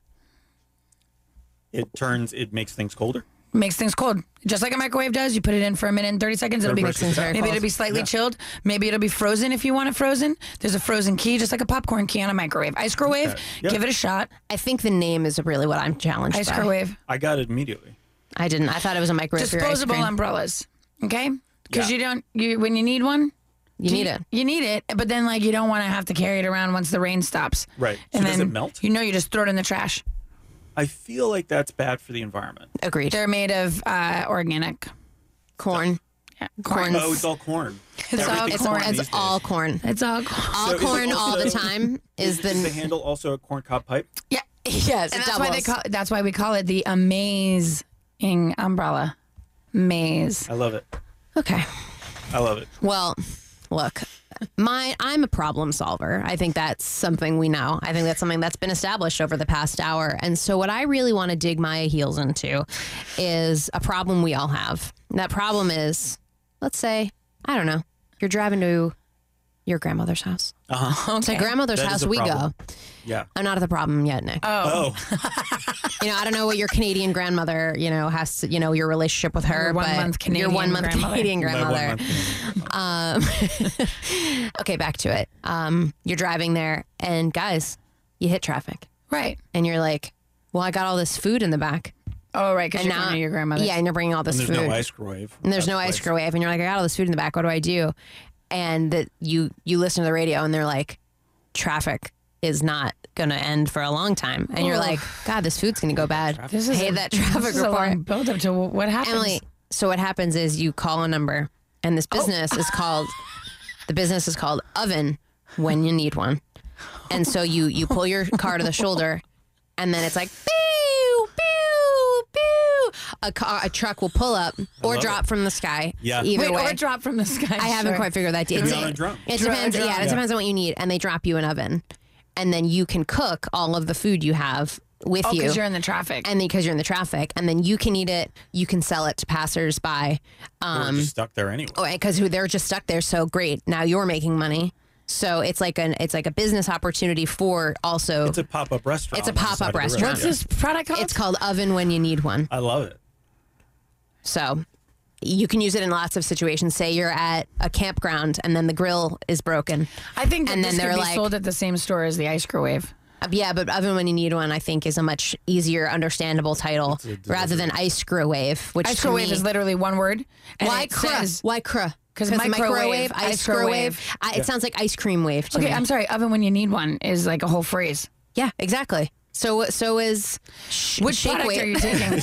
C: It turns. It makes things colder.
F: Makes things cold, just like a microwave does. You put it in for a minute and thirty seconds. It'll be
C: Makes things very
F: maybe
G: cold.
F: it'll be slightly chilled. Maybe it'll be frozen if you want it frozen. There's a frozen key, just like a popcorn key on a microwave. Ice microwave.
C: Yeah.
F: Give it a shot.
G: I think the name is really what I'm challenged
F: Ice
G: by.
F: microwave.
C: I got it immediately.
G: I didn't. I thought it was a microwave for your ice
F: Disposable um,
G: cream.
F: umbrellas. Okay, because
C: Yeah.
F: you don't you when you need one.
G: you need it.
F: You need it, but then like you don't want to have to carry it around once the rain stops.
C: Right. So
F: And
C: does
F: then
C: it melt?
F: You know, you just throw it in the trash.
C: I feel like that's bad for the environment.
G: Agreed.
F: They're made of uh, organic
G: Corn.
F: yeah,
G: Corn.
C: Oh, it's all corn.
F: It's all
C: Everything's
G: It's,
F: corn.
G: it's
C: these days.
G: all corn.
F: It's all corn.
G: All
C: So is it
G: corn all the
C: also-
G: time
C: Is
G: is
C: the
G: the
C: handle also a corn cob pipe?
F: Yeah,
G: [laughs] yes.
F: and
G: it
F: that's why they
G: doubles.
F: call that's why we call it the amazing umbrella. Maze.
C: I love it.
G: okay.
C: I love it.
G: Well, look, my I'm a problem solver. I think that's something we know. I think that's something that's been established over the past hour. And so what I really want to dig my heels into is a problem we all have. And That problem is let's say, I don't know, you're driving to your grandmother's house.
C: Uh-huh.
G: Oh, To grandmother's
C: That is
G: house
C: a
G: we
C: problem.
G: go.
C: Yeah.
G: I'm not at the problem yet, Nick.
C: Oh, [laughs]
G: you know, I don't know what your Canadian grandmother, you know, has to, you know, your relationship with her.
F: Your one
G: but
F: month
G: Your
F: Canadian
G: one month
F: grandmother.
G: Canadian
C: my
G: grandmother.
C: one month.
G: Um, okay, back to it. Um, you're driving there, and guys, you hit traffic,
F: Right.
G: and you're like, "Well, I got all this food in the back,
F: Oh, right. Because
G: and
F: you're going
G: now
F: to your grandmother's.
G: yeah, and you're bringing all this
C: There's
G: food,
C: no ice grave.
G: and there's no ice cream wave, and you're like, I got all this food in the back. What do I do? And that you you listen to the radio, and they're like, traffic is not going to end for a long time, and you're
F: Ugh.
G: like, God, this food's going to go bad.
F: [laughs] This is
G: hey,
F: a-
G: that traffic
F: This is a
G: report.
F: long build up to wh- what happens.
G: Emily, so what happens is you call a number, and
F: Oh.
G: this business is
F: [laughs]
G: called the business is called Oven when you need one, and so you you pull your car to the shoulder, and then it's like pew pew pew. A car, a truck will pull up or
C: love
G: drop from the sky.
C: Yeah.
G: either
F: Wait,
G: way.
F: or drop from the sky.
G: I haven't quite figured that. It's
C: be on a drum.
G: It
F: Dr- a
G: depends.
F: drum.
G: Yeah, it
F: Yeah.
G: depends on what you need, and they drop you an oven, and then you can cook all of the food you have with
F: Oh,
G: you
F: because you're in the traffic.
G: and because you're in the traffic, and then you can eat it, you can sell it to passersby,
C: We're
G: um,
C: just stuck there anyway.
G: because who they're just stuck there. So great, now you're making money. So it's like an it's like a business opportunity for also.
C: It's a pop up restaurant.
G: It's a
C: on the
G: pop-up
C: side of the road.
G: restaurant.
F: What's this product called?
G: it's called oven when you need one.
C: I love it.
G: So you can use it in lots of situations. Say you're at a campground and then the grill is broken.
F: I think that
G: and
F: this
G: then
F: could
G: they're
F: be
G: like-
F: sold at the same store as the ice cream wave.
G: Uh, Yeah, but oven when you need one, I think, is a much easier, understandable title rather than ice screw wave, which
F: Ice
G: to
F: cream wave
G: me-
F: is literally one word. and
G: Why
F: it
G: cra?
F: says-
G: Why cra?
F: 'Cause microwave, ice
G: screw
F: screw
G: wave.
F: wave.
G: I, It sounds like ice cream wave. To
F: Okay,
G: me.
F: I'm sorry. Oven when you need one is like a whole phrase.
G: yeah, exactly. So so is sh-
F: Which
G: shake
F: product
G: weight
F: are you taking?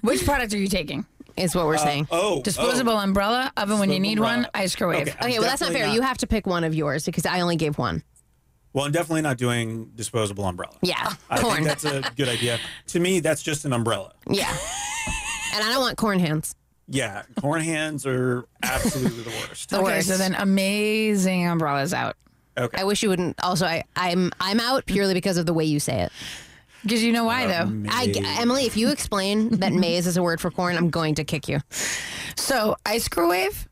F: Which product are you taking?
G: is what we're saying.
C: Oh,
F: Disposable umbrella, oven when you need one,
C: umbrella.
F: ice cream wave.
C: Okay.
G: okay, well that's not
C: definitely
G: fair.
C: not.
G: You have to pick one of yours because I only gave one.
C: oh. Well, I'm definitely not doing disposable umbrella.
F: Oh.
G: Yeah,
C: I
G: corn.
C: think that's a good idea. To me, that's just an umbrella.
G: yeah, and I don't want corn hands.
C: Yeah, corn hands are absolutely the worst.
G: [laughs] The
F: Okay,
G: worst.
F: so then amazing umbrellas out.
G: I wish you wouldn't. Also, I, I'm I'm out purely because of the way you say it.
F: Because you know why,
C: Um,
F: though.
G: I, Emily, if you explain that maize is a word for corn, I'm going to kick you.
F: So, ice cream wave,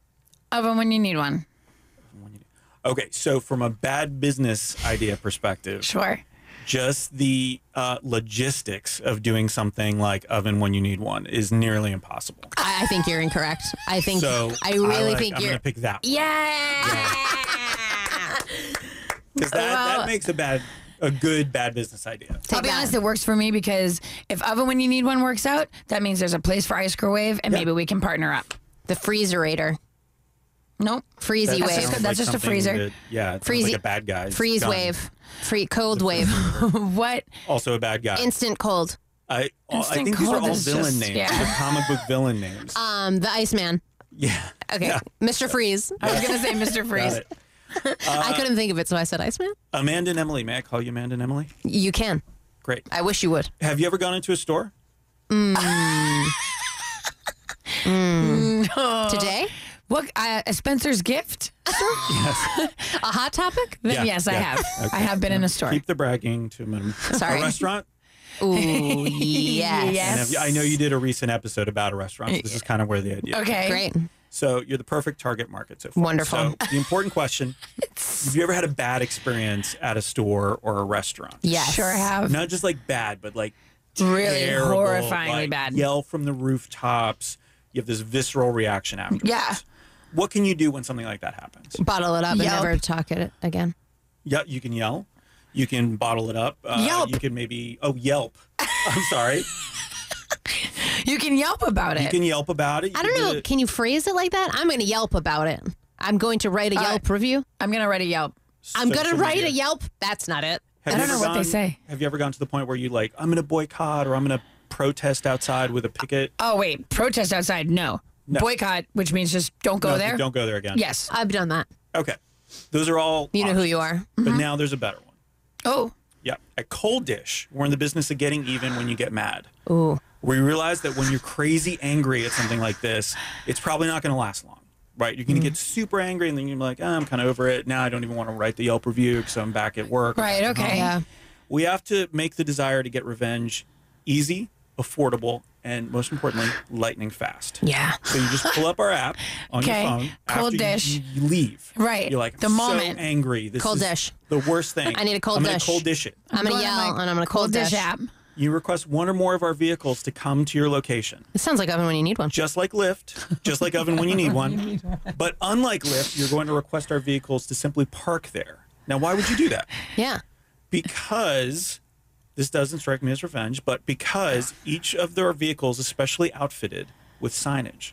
F: oven when you need one.
C: Okay, so from a bad business idea perspective,
F: Sure.
C: just the uh, logistics of doing something like oven when you need one is nearly impossible.
G: I, I think you're incorrect. I think
C: So
G: I really
C: like-
G: think
C: I'm
G: you're.
C: gonna pick that one.
G: yeah.
C: because that,
G: Well-
C: that makes a bad a good bad business idea.
G: Take
F: I'll be
G: that.
F: honest, it works for me because if oven when you need one works out, that means there's a place for ice cream wave and maybe we can partner up.
G: The freezerator.
F: Nope.
C: [laughs]
G: Freezy
C: That
G: wave.
C: sounds
F: that's just a
C: something
F: freezer.
C: that- yeah, it sounds
G: Freezy-
C: like a bad guy. It's
G: Freeze
C: done.
G: wave. Free cold wave.
F: What?
C: Also a bad guy.
G: Instant cold.
C: I, all, I
F: Instant
C: think these are
F: cold
C: all
F: is
C: villain
F: just-
C: names.
F: yeah.
C: They're comic book villain names.
G: Um, the Iceman.
C: yeah.
G: Okay.
C: [laughs] Yeah,
G: Mr. Freeze.
F: I was going to say Mr.
C: got
F: Freeze.
C: it. Uh,
G: I couldn't think of it, so I said Iceman.
C: Amanda and Emily. May I call you Amanda and Emily?
G: You can.
C: Great.
G: I wish you would.
C: Have you ever gone into a store?
F: Uh, [laughs]
G: Today?
F: What? Uh, a Spencer's gift?
C: [laughs]
F: [laughs]
G: A hot topic?
F: Then
C: Yeah,
F: yes, I
C: yeah.
F: have. I have been in a store.
C: Keep the bragging to a minimum.
G: Sorry.
C: A restaurant?
G: Ooh, yes.
F: Yes.
C: And have you- I know you did a recent episode about a restaurant. So this is kind of where the idea.
F: Okay.
G: Great.
C: So you're the perfect target market so far.
G: Wonderful.
C: So the important question: Have you ever had a bad experience at a store or a restaurant?
G: Yes.
F: Sure have.
C: Not just like bad, but like
F: Really
C: terrible,
F: horrifyingly
C: like,
F: bad.
C: Yell from the rooftops. You have this visceral reaction afterwards.
F: Yeah.
C: What can you do when something like that happens?
G: Bottle it up and
F: Yelp.
G: never talk it again.
C: Yeah, you can yell. You can bottle it up. Uh,
F: Yelp.
C: You can maybe oh Yelp. [laughs] I'm sorry.
F: You can Yelp about it.
C: You can Yelp about it. You
G: I don't
C: can do
G: know.
C: it.
G: Can you phrase it like that? I'm going to Yelp about it. I'm going to write a Yelp review.
F: I'm going to write a Yelp.
G: I'm going to
C: social
G: write a
C: media.
G: Yelp. That's not it.
C: Have
F: I
C: you
F: don't
C: ever
F: know what they
C: gone-
F: say.
C: Have you ever gone to the point where you like I'm going to boycott or I'm going to protest outside with a picket?
F: Oh, wait. Protest outside? No. Boycott, which means just don't go
C: No,
F: Oh, there?
C: Don't go there again.
F: Yes.
G: I've done that.
C: Okay. Those are all.
G: You know who you are.
F: Mm-hmm.
C: But now there's a better one.
F: Oh.
C: Yeah. A cold dish. We're in the business of getting even when you get mad.
G: Ooh.
C: We realize that when you're crazy angry at something like this, it's probably not going to last long, right? You're going
G: Mm-hmm.
C: to get super angry and then you're like, oh, I'm kind of over it. Now I don't even want to write the Yelp review because I'm back at work.
F: Right. Okay.
G: Yeah.
C: We have to make the desire to get revenge easy, affordable, and most importantly, lightning fast.
G: Yeah.
C: So you just pull up our app on
F: Okay.
C: your phone. after
F: Cold
C: you-
F: dish.
C: You, leave.
F: Right.
C: You're like
F: The
C: I'm
F: moment.
C: So angry. This
G: Cold
C: is
G: dish.
C: The worst thing.
G: I need a cold
C: I'm gonna
G: dish.
C: Cold dish it.
G: I'm gonna
F: Go to my
G: yell and I'm gonna cold dish.
F: app.
C: You request one or more of our vehicles to come to your location.
G: It sounds like oven when you need one.
C: Just like Lyft, just like Oven when you [laughs] need one. But unlike Lyft, you're going to request our vehicles to simply park there. Now, why would you do that?
G: Yeah.
C: because this doesn't strike me as revenge, but because each of their vehicles is specially outfitted with signage.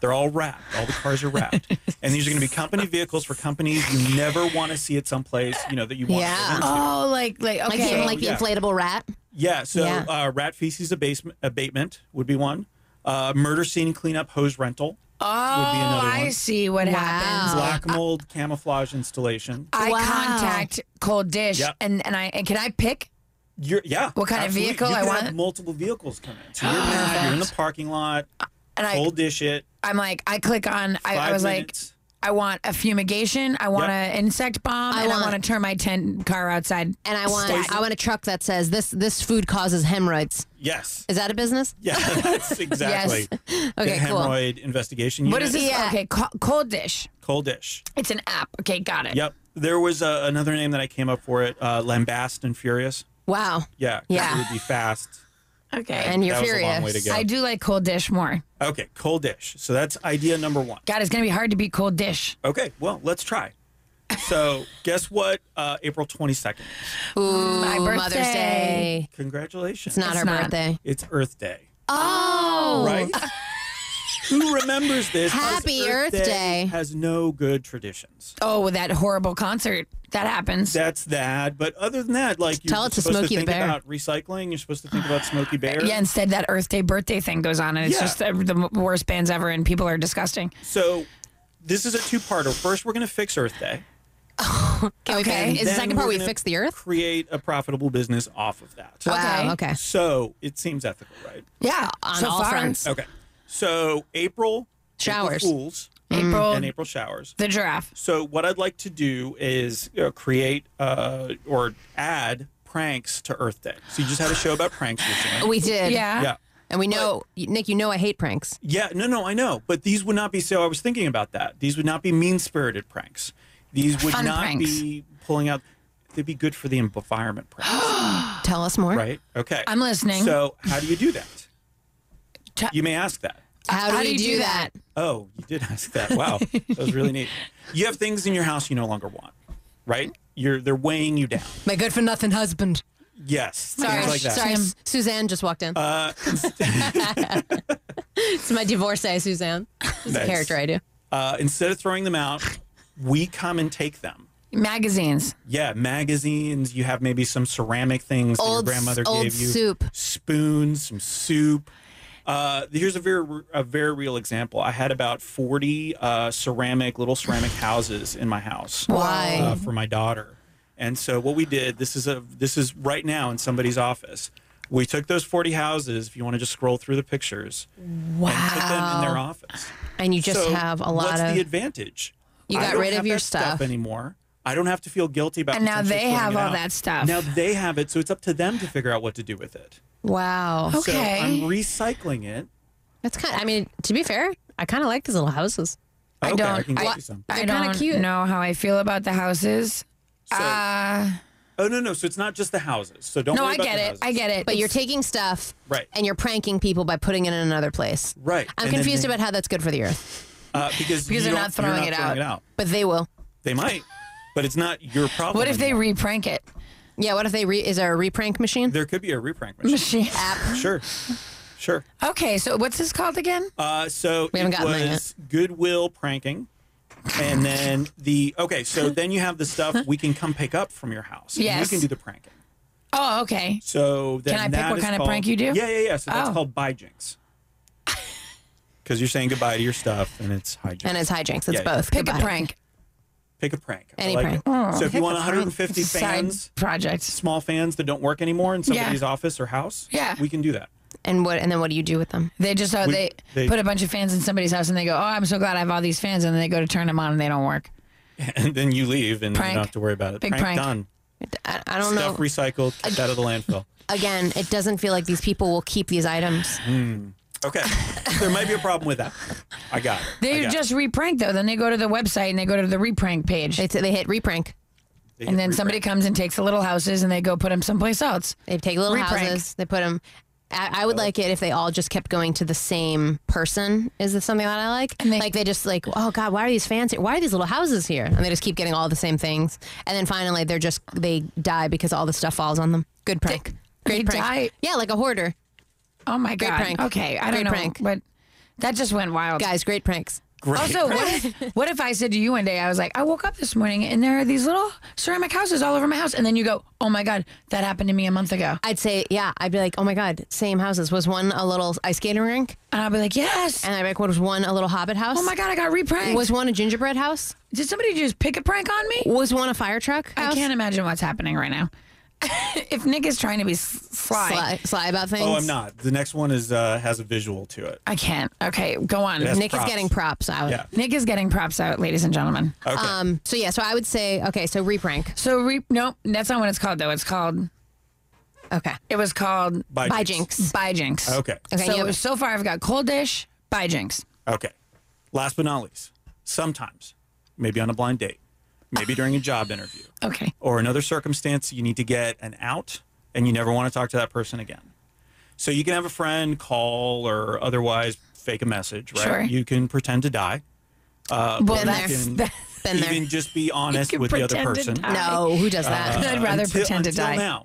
C: They're all wrapped. All the cars are wrapped, and these are going to be company vehicles for companies you never want to see at some place. You know that you want. to
G: Yeah.
C: go into.
F: Oh, like like
G: Like
F: okay.
G: the, like the
C: Yeah.
G: inflatable rat.
C: Yeah, so
G: Yeah.
C: Uh, rat feces abasement, abatement would be one. Uh, murder scene cleanup, hose rental
F: oh,
C: would be another
F: I
C: one.
F: see what happens.
C: Black mold camouflage installation.
F: I
G: Wow.
F: contact Cold Dish
C: Yep.
F: and and I and can I pick?
C: You're, yeah.
F: What kind of
C: absolutely.
F: vehicle
C: You
F: I
C: could
F: want?
C: Have multiple vehicles come in. So you're, mad, you're in the parking lot.
F: And I
C: Cold dish it.
F: I'm like I click on. I, I
C: Five
F: was
C: minutes.
F: like I want a fumigation. I want
C: Yep.
F: an insect bomb.
G: I
F: and I
G: want-
F: want to turn my tent car outside.
G: And I want
F: Stacy.
G: I want a truck that says this this food causes hemorrhoids.
C: yes.
G: Is that a business?
C: Yeah,
F: [laughs]
C: that's exactly.
G: [laughs] Okay,
C: the
G: cool.
C: hemorrhoid investigation unit.
F: What is this?
G: Yeah.
F: Okay, co- Cold Dish.
C: Cold dish.
F: It's an app. Okay, got it.
C: Yep. There was uh, another name that I came up for it. Uh, Lambast and Furious.
G: Wow.
C: Yeah. 'cause
G: Yeah.
C: It would be fast.
F: Okay.
G: And you're
C: that
G: furious.
C: Was a long way to go.
F: I do like cold dish more.
C: Okay. Cold dish. So that's idea number one.
F: God, it's gonna be hard to beat cold dish.
C: Okay. Well, let's try. So [laughs] guess what? Uh, April twenty second.
G: Ooh,
F: My
G: Mother's
F: birthday.
G: Day.
C: Congratulations.
G: It's not
F: It's
G: her
F: not.
G: birthday.
C: It's Earth Day.
G: Oh. [laughs]
C: Right. Who remembers this? 'Cause
G: Happy Earth Day.
C: has no good traditions.
F: Oh, with that horrible concert that happens.
C: That's that. But other than that, like you're
G: Tell it to
C: supposed
G: Smokey the
C: think
G: Bear.
C: about recycling. You're supposed to think about Smokey Bear.
F: yeah, instead that Earth Day birthday thing goes on, and it's
C: Yeah.
F: just the, the worst bands ever, and people are disgusting.
C: So this is a two-parter. First, we're going to fix Earth Day.
G: Can
F: Okay.
G: we fix, is the
C: Then
G: second part
C: we're
G: we
C: gonna
G: fix the earth?
C: Create a profitable business off of that.
G: Wow.
F: Okay.
G: Okay.
C: So it seems ethical, right?
F: Yeah,
G: On
F: so
G: all
F: far,
G: fronts.
C: Okay. So April
G: Showers.
C: April Fools,
G: Mm.
F: April
C: and April showers.
F: the giraffe.
C: So what I'd like to do is you know, create uh, or add pranks to Earth Day. So you just had a show about pranks recently.
G: We did.
F: Yeah.
C: Yeah.
G: And we know, Nick, you know I hate pranks.
C: Yeah, no, no, I know. But these would not be, so I was thinking about that. These would not be mean spirited pranks. These would
F: Fun
C: not
F: pranks.
C: be pulling out, they'd be good for the environment
F: [gasps]
C: pranks,
G: Tell us more.
C: right? Okay.
F: I'm listening.
C: So, how do you do that?
F: Ta-
C: You may ask that.
G: How, do, you do, that?
C: Oh, you did ask that. Wow. that was really neat. You have things in your house you no longer want, right? You're They're weighing you down.
G: My good for nothing husband.
C: Yes.
G: Sorry.
C: Things like that.
G: Sorry.
F: Tim.
G: S- Suzanne just walked in.
C: Uh,
G: [laughs] it's my divorcee, Suzanne. It's a
C: Nice.
G: character I do.
C: uh, instead of throwing them out, we come and take them.
F: Magazines.
C: Yeah, magazines. You have maybe some ceramic things that your
G: Old-
C: grandmother
G: old
C: gave you.
G: soup.
C: Spoons, some soup. Uh, here's a very a very real example. I had about 40 uh, ceramic little ceramic houses in my house
G: Why?
C: uh, for my daughter. And so what we did, this is a this is right now in somebody's office. We took those 40 houses, if you want to just scroll through the pictures, and put them in their
G: Wow.
C: office.
G: And you just
C: So
G: have a
C: what's
G: lot
C: the
G: of.
C: advantage.
G: You
C: I
G: got
C: don't
G: rid of
C: have
G: your
C: that
G: stuff.
C: anymore. I don't have to feel guilty about.
F: And now
C: potentially
F: they
C: throwing
F: have
C: it
F: all
C: out.
F: that stuff.
C: Now they have it, so it's up to them to figure out what to do with it.
G: Wow.
F: Okay.
C: So I'm recycling it.
G: That's kind. I mean, to be fair, I kind of like these little houses.
F: I
C: okay,
F: don't.
C: I can
F: I,
C: get you some.
F: I
G: They're kinda
F: don't
G: cute.
F: know how I feel about the houses.
C: So,
F: Uh,
C: oh no, no. So it's not just the houses. So don't.
F: no,
C: worry
F: I
C: about
F: get
C: the
F: it.
C: houses.
F: I get it.
G: But you're
F: It's-
G: taking stuff,
C: Right.
G: And you're pranking people by putting it in another place.
C: Right. And
G: I'm
C: then
G: confused
C: they-
G: about how that's good for the earth,
C: uh, because you
F: they're
C: don't-
F: not
C: you're
F: throwing it
C: throwing
F: out.
C: it out.
G: but they will.
C: They might, but it's not your problem.
F: what if they
C: anymore.
F: reprank it?
G: Yeah. What if they re? Is there a reprank machine?
C: There could be a reprank machine.
G: [laughs]
F: Machine.
C: sure, sure.
F: Okay, so what's this called again?
C: Uh, so
G: haven't
C: it
G: gotten there
C: was Goodwill pranking. And then the okay, so then you have the stuff we can come pick up from your house. and
F: Yes.
C: you can do the pranking.
F: Oh, okay.
C: So then
F: Can I pick
C: that
F: what
C: is
F: kind of
C: called-
F: prank you do?
C: Yeah, yeah, yeah. So that's
F: Oh.
C: called
F: [laughs]
C: hijinks. Because you're saying goodbye to your stuff, and it's hijinks.
G: and it's hijinks. It's
C: Yeah, yeah.
G: both.
F: Pick
G: Goodbye.
F: a prank.
C: pick a prank. I
G: Any
C: like
G: prank.
C: it.
F: Oh,
C: so if you want 150
F: Side
C: fans,
F: project.
C: small fans that don't work anymore in somebody's office or house,
F: Yeah.
C: we can do that. [laughs]
G: And what? And then what do you do with them?
F: They just uh,
C: We-
F: they,
C: they-
F: put a bunch of fans in somebody's house and they go, "Oh, I'm so glad I have all these fans," and then they go to turn them on and they don't work.
C: And then you leave, and you
F: Prank.
C: don't have to worry about it.
F: Big prank.
C: done.
G: I, I don't
C: Stuff
G: know.
C: recycled, kept out of the landfill.
G: Again, it doesn't feel like these people will keep these items.
F: [laughs]
C: Okay. there might be a problem with that. I got it. I
F: They
C: got it.
F: just reprank though. Then they go to the website and they go to the reprank page,
G: They, they hit reprank.
C: They hit
F: and then somebody
C: reprint.
F: comes and takes the little houses and they go put them someplace else.
G: They take little
F: Reprank.
G: houses. They put them. I, I would like it if they all just kept going to the same person. Is this something that I like?
F: they-
G: like they just like, oh god, why are these fancy? Why are these little houses here? And they just keep getting all the same things. And then finally, they're just they die because all the stuff falls on them. Good prank.
F: They
G: Great prank.
F: die.
G: Yeah, like a hoarder.
F: Oh my god.
G: prank.
F: Okay, I don't
G: Great
F: know,
G: prank.
F: but that just went wild.
G: Guys, great pranks.
C: Great.
F: Also,
G: [laughs]
F: what if, what if I said to you one day, I was like, I woke up this morning and there are these little ceramic houses all over my house, and then you go, Oh my god, that happened to me a month ago,
G: I'd say, yeah, I'd be like, oh my god, same houses. Was one a little ice skating rink?
F: and I'll be like, Yes.
G: And I'd be like, what was one a little hobbit house?
F: Oh my god, I got repranked.
G: Was one a gingerbread house?
F: Did somebody just pick a prank on me?
G: Was one a fire truck?
F: I
G: house?
F: can't imagine what's happening right now. [laughs] if Nick is trying to be s- sly,
G: Sly, sly about things.
C: oh, I'm not. The next one is uh, has a visual to it.
F: I can't. Okay, go on.
C: has-
G: Nick
C: props.
G: is getting props out.
C: Yeah.
F: Nick is getting props out, ladies and gentlemen.
C: Okay.
G: Um, so yeah, so I would say okay, so reprank.
F: So re- no, that's not what it's called though. It's called.
G: Okay.
F: It was called
C: By
G: By
C: jinx.
G: jinx.
F: bijinks.
C: Okay.
G: Okay,
F: so
G: yeah, but-
F: so far I've got cold dish, bijinks.
C: Okay. Last but not least, sometimes, maybe on a blind date, maybe during a job interview,
F: Okay.
C: [laughs] or another circumstance, you need to get an out and you never want to talk to that person again. So you can have a friend call or otherwise fake a message, right?
F: Sure.
C: You can pretend to die. Uh,
F: Well,
C: or you
F: that's-
C: can
F: that's-
G: Been there.
C: even just be honest
F: can
C: with the other
F: pretend to
C: person. Uh,
F: die.
G: No, who does that?
F: I'd rather
C: Until-
F: pretend to
C: until
F: die.
C: Now,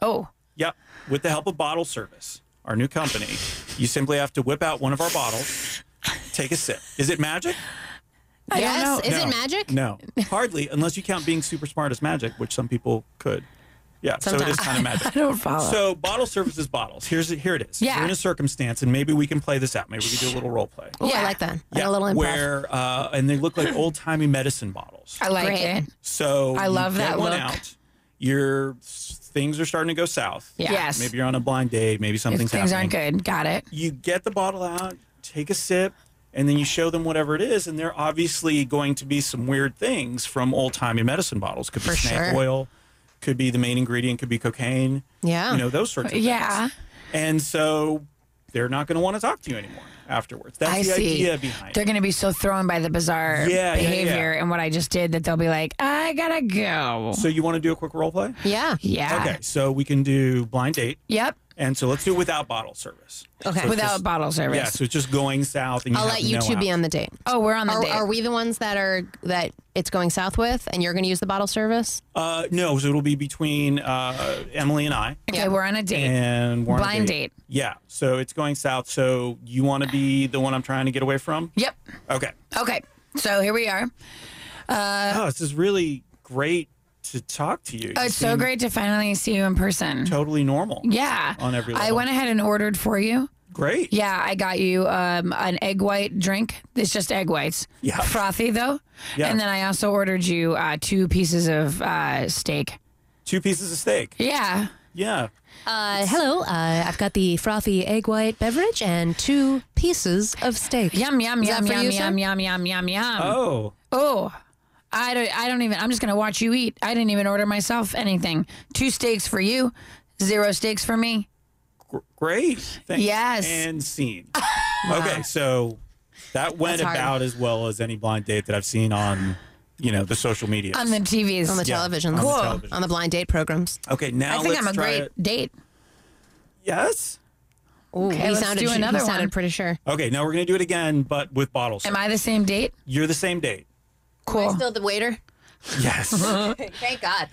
F: Oh,
C: Yep. With the help of Bottle Service, our new company, you simply have to whip out one of our bottles, take a sip. Is it magic?
G: yes,
F: don't
G: is it
C: No.
G: magic?
C: No, hardly, unless you count being super smart as magic, which some people could. Yeah, so it is
G: Sometimes.
C: kind of magic.
F: [laughs] I don't follow.
C: So bottle services bottles. Here's here it is.
F: Yeah.
C: You're in a circumstance, and maybe we can play this out. Maybe we can do a little role play.
G: Oh,
F: Yeah.
G: I like that. Like a little improv.
C: where uh, and they
F: [laughs]
C: look like old timey medicine bottles.
F: I like
G: Great.
F: it.
C: So
F: I
C: you
F: love
C: get
F: that
C: one
F: look.
C: out. Your things are starting to go south.
G: Yeah.
F: Yes.
C: Maybe you're on a blind date. Maybe
F: if
C: something's
F: things aren't
C: happening.
F: good, got it.
C: You get the bottle out, take a sip, and then you show them whatever it is, and they're obviously going to be some weird things from old timey medicine bottles. Could be
G: For
C: snake
G: sure.
C: oil, could be the main ingredient, could be cocaine.
G: Yeah.
C: You know those sorts of
F: Yeah.
C: things. And so they're not going to want to talk to you anymore afterwards. That's
F: I
C: the
F: see.
C: idea behind
F: They're
C: it.
F: going to be so thrown by the bizarre
C: Yeah, yeah,
F: behavior
C: yeah.
F: and what I just did that they'll be like, I gotta go.
C: So you want to do a quick role play?
G: Yeah.
F: Yeah.
C: Okay, so we can do blind date.
F: Yep.
C: And so let's do without bottle service. So
G: Okay.
C: it's
F: Without
C: just-
F: bottle service.
C: Yeah, so it's just going south and you
G: I'll
C: have
G: let you
C: no
G: two be
C: out.
G: on the date.
F: Oh, we're on the
G: Are,
F: date.
G: are we the ones that are that it's going south with, and you're going to use the bottle service?
C: Uh, no, so it'll be between uh, Emily and I.
F: okay, we're on a date.
C: And we're on a
F: Blind date.
C: Yeah, so it's going south. So you want to be the one I'm trying to get away from?
F: Yep.
C: Okay.
F: Okay. So here we are.
C: oh, this is really great to talk to you.
F: Oh,
C: You
F: Uh, it's so
C: seem
F: great to finally see you in person.
C: Totally normal.
F: Yeah.
C: On every
F: I
C: level.
F: went ahead and ordered for you.
C: Great.
F: Yeah, I got you um, an egg white drink. It's just egg whites.
C: Yeah.
F: Frothy though.
C: Yeah.
F: And then I also ordered you uh, two pieces of uh, steak.
C: Two pieces of steak.
F: Yeah.
C: Yeah.
G: Uh, hello, uh, I've got the frothy egg white beverage and two pieces of steak.
F: Yum yum
G: Is that
F: yum
G: for
F: yum
G: you, sir?
F: yum yum yum yum yum.
C: Oh.
F: Oh, I don't. I don't even. I'm just gonna watch you eat. I didn't even order myself anything. Two steaks for you, zero steaks for me.
C: Gr- great. Thanks.
F: Yes.
C: And
F: [laughs]
C: scene. Okay, so that went
G: That's hard.
C: about as well as any blind date that I've seen on, you know, the social media.
F: On the TVs.
G: On the
C: Yeah,
G: television,
C: on the
G: Cool.
C: television.
G: on the blind date programs.
C: okay, now
F: I think
C: let's
F: I'm a
C: try
F: great
C: it.
F: date.
C: Yes.
G: Ooh,
F: Okay,
G: he
F: let's
G: sounded,
F: do another
G: he
F: one.
G: sounded pretty sure.
C: Okay, now we're gonna do it again, but with bottles.
F: Am I the same date?
C: You're the same date.
F: Cool.
G: Still
C: [laughs]
G: the waiter.
C: Yes.
G: Thank God.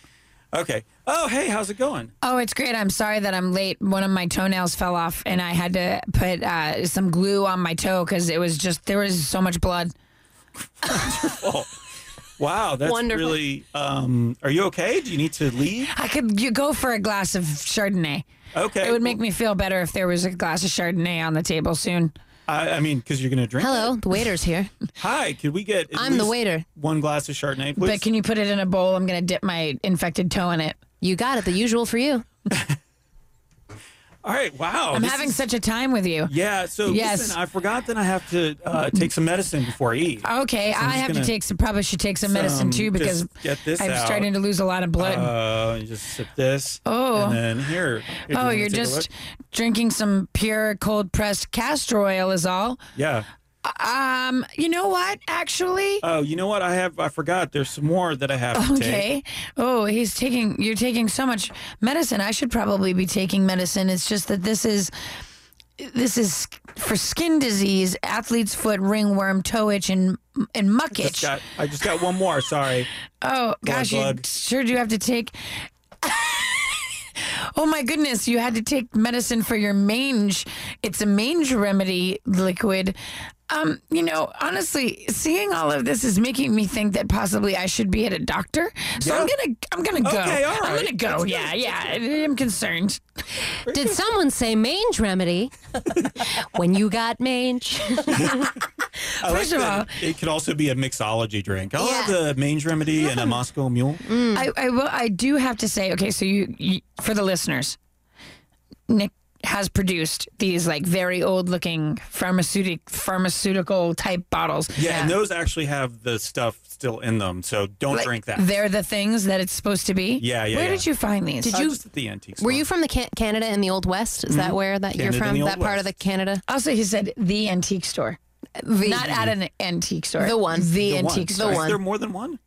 C: [laughs] okay. Oh, hey, how's it going?
F: Oh, it's great. I'm sorry that I'm late. One of my toenails fell off, and I had to put uh, some glue on my toe because it was just there was so much blood.
C: Wow, that's
G: Wonderful.
C: really. Um, are you okay? Do you need to leave?
F: I could you go for a glass of Chardonnay.
C: Okay.
F: It would make me feel better if there was a glass of Chardonnay on the table soon.
C: I, I mean, because you're gonna drink.
G: Hello, the waiter's here.
C: it. Hi. Could we get? at
G: I'm the
C: least
G: waiter.
C: One glass of Chardonnay, please.
F: But can you put it in a bowl? I'm gonna dip my infected toe in it.
G: You got it, the usual for you.
C: All right. Wow.
F: I'm
C: Oh, this
F: having
C: is-
F: such a time with you.
C: Yeah. So
F: Yes.
C: listen, I forgot that I have to uh, take some medicine before I eat.
F: Okay,
C: I'm
F: I
C: just
F: have to
C: gonna-
F: take some. Probably should take some
C: Some-
F: medicine too because
C: just get this
F: I'm
C: out.
F: starting to lose a lot of blood.
C: Uh, you just sip this.
F: Oh.
C: And then here. Here, do you
F: oh,
C: wanna
F: you're
C: take a
F: just
C: look?
F: drinking some pure cold pressed castor oil is all.
C: Yeah.
F: Um, you know what? Actually,
C: Oh, you know what? I have. I forgot. There's some more that I have to take.
F: okay. Oh, he's taking. You're taking so much medicine. I should probably be taking medicine. It's just that this is. This is for skin disease, athlete's foot, ringworm, toe itch, and and muck
C: Just
F: itch.
C: got, I just got one more. Sorry.
F: Oh gosh, you
C: blood.
F: sure do have to take. [laughs] oh my goodness, you had to take medicine for your mange. It's a mange remedy liquid. Um, you know, honestly, seeing all of this is making me think that possibly I should be at a doctor. So I'm
C: Yeah.
F: gonna, I'm gonna go.
C: Okay, all
F: I'm
C: right.
F: gonna go. yeah, yeah. I'm concerned.
C: [laughs]
G: Did someone say mange remedy when you got mange?
C: I
F: First of
C: that it could also be a mixology drink. I'll have the mange remedy and a Moscow Mule.
F: I, I will. I do have to say. Okay, so you, you for the listeners, Nick has produced these like very old looking pharmaceutic pharmaceutical type bottles.
C: Yeah, and those actually have the stuff still in them, so don't
F: Like,
C: drink that.
F: They're the things that it's supposed to be.
C: Yeah, yeah,
F: Where
C: yeah.
F: did you find these?
C: Uh,
G: you-
C: just at the antique
G: Were
C: store.
G: you from the can- Canada in the Old West? Is that where that
C: Canada
G: you're
C: in
G: from?
C: the Old
G: That part of the
C: West.
G: Canada?
F: Uh, also, he said the antique store,
G: The,
F: not at an antique store.
G: The one.
F: The,
G: The
C: one.
F: antique
G: The
F: store.
G: one.
C: Is there more than one?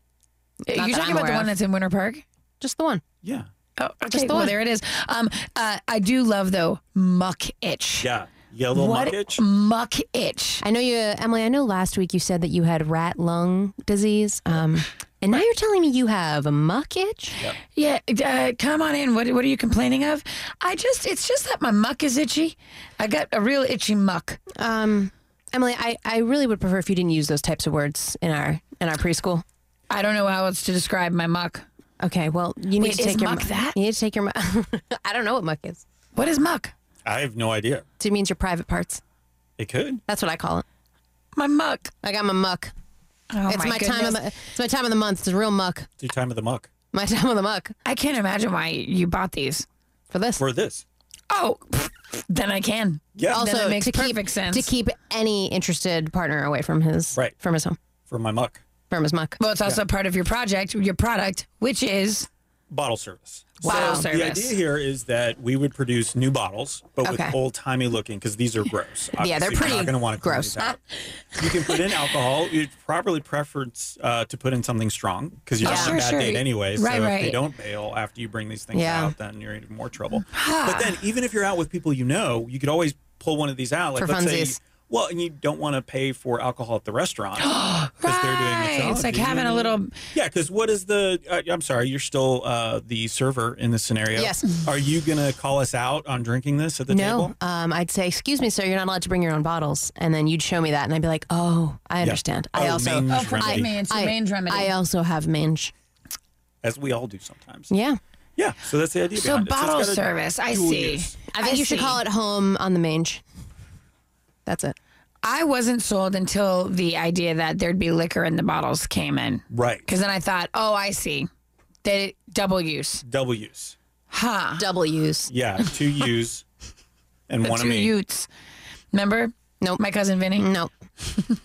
G: Not
F: You're
G: that I'm
F: talking about the
G: aware
F: one
G: of.
F: that's in Winter Park.
G: just the one.
C: Yeah.
F: Oh, okay.
G: the
F: well,
G: one.
F: there it is. Um, uh, I do love though muck itch.
C: Yeah. You got a little
F: what
C: muckage?
F: muck itch?
G: I know you, Emily. I know last week you said that you had rat lung disease, um, and now you're telling me you have a muck itch.
F: Yeah, uh, come on in. What what are you complaining of? I just it's just that my muck is itchy. I got a real itchy muck.
G: Um, Emily, I, I really would prefer if you didn't use those types of words in our in our preschool.
F: I don't know how else to describe my muck.
G: Okay, well you need
F: Wait,
G: to
F: is
G: take your
F: muck
G: mu-
F: that?
G: You need to take your. mu- [laughs] I don't know what muck is.
F: What is muck?
C: I have no idea.
G: It means your private parts.
C: It could.
G: That's what I call it.
F: My muck.
G: I got my muck.
F: Oh
G: it's my,
F: goodness.
G: time. Of, the- it's my time of the month. It's a real muck.
C: It's your time of the muck.
G: My [laughs] time of the muck
F: I can't imagine why you bought these.
G: for this.
C: For this.
F: Oh, then I can.
C: Yeah.
G: also
F: it makes
G: to keep,
F: perfect sense.
G: to keep any interested partner away from his
C: Right.
G: from his home
C: for my muck.
G: from his muck.
F: Well, it's also part of your project, your product, which is
C: Bottle service.
F: bottle
C: The idea
F: service.
C: here is that we would produce new bottles, but
G: Okay.
C: with old timey looking, because these are
F: [laughs]
C: gross.
G: Yeah,
C: Obviously,
G: they're
C: We're
G: pretty
C: not going to want to clean
G: gross.
C: these out. you can put in alcohol. You'd probably preference uh, to put in something strong because you're
F: Oh,
C: on
F: sure,
C: a bad
F: sure.
C: date anyway.
F: Right,
C: so if
F: right.
C: they don't bail after you bring these things
G: Yeah.
C: out, then you're in more
F: [sighs]
C: trouble. but then even if you're out with people you know, you could always pull one of these out. Like
G: For
C: let's say, you-
G: funsies.
C: well, and you don't want to pay for alcohol at the
F: [gasps]
C: restaurant because they're
F: Right.
C: doing
F: It's like
C: mixology.
F: having a little.
C: Yeah, because what is the? Uh, I'm sorry, you're still uh, the server in this scenario.
G: Yes.
C: Are you gonna call us out on drinking this at the
G: No,
C: table?
G: um, I'd say, excuse me, sir, you're not allowed to bring your own bottles, and then you'd show me that, and I'd be like, oh, I understand. I
C: Oh,
G: also,
C: mange
G: I-
C: remedy.
F: me, it's your
G: I,
F: mange remedy.
G: I also have mange.
C: As we all do sometimes.
G: Yeah,
C: Yeah. So that's the idea.
F: So
C: behind it. it's
F: bottle
C: gotta-
F: service. I
C: dual
F: see.
C: use.
G: I think you should
F: see.
G: call it home on the mange. That's it.
F: I wasn't sold until the idea that there'd be liquor in the bottles came in.
C: Right.
F: Because then I thought, oh, I see. That it, double use.
C: Double use.
F: Huh.
G: Double use.
C: Yeah. Two use and one of
F: Two
C: me.
F: Utes. Remember?
G: Nope.
F: My cousin
C: [laughs]
F: Vinny?
G: Nope.
C: is a movie.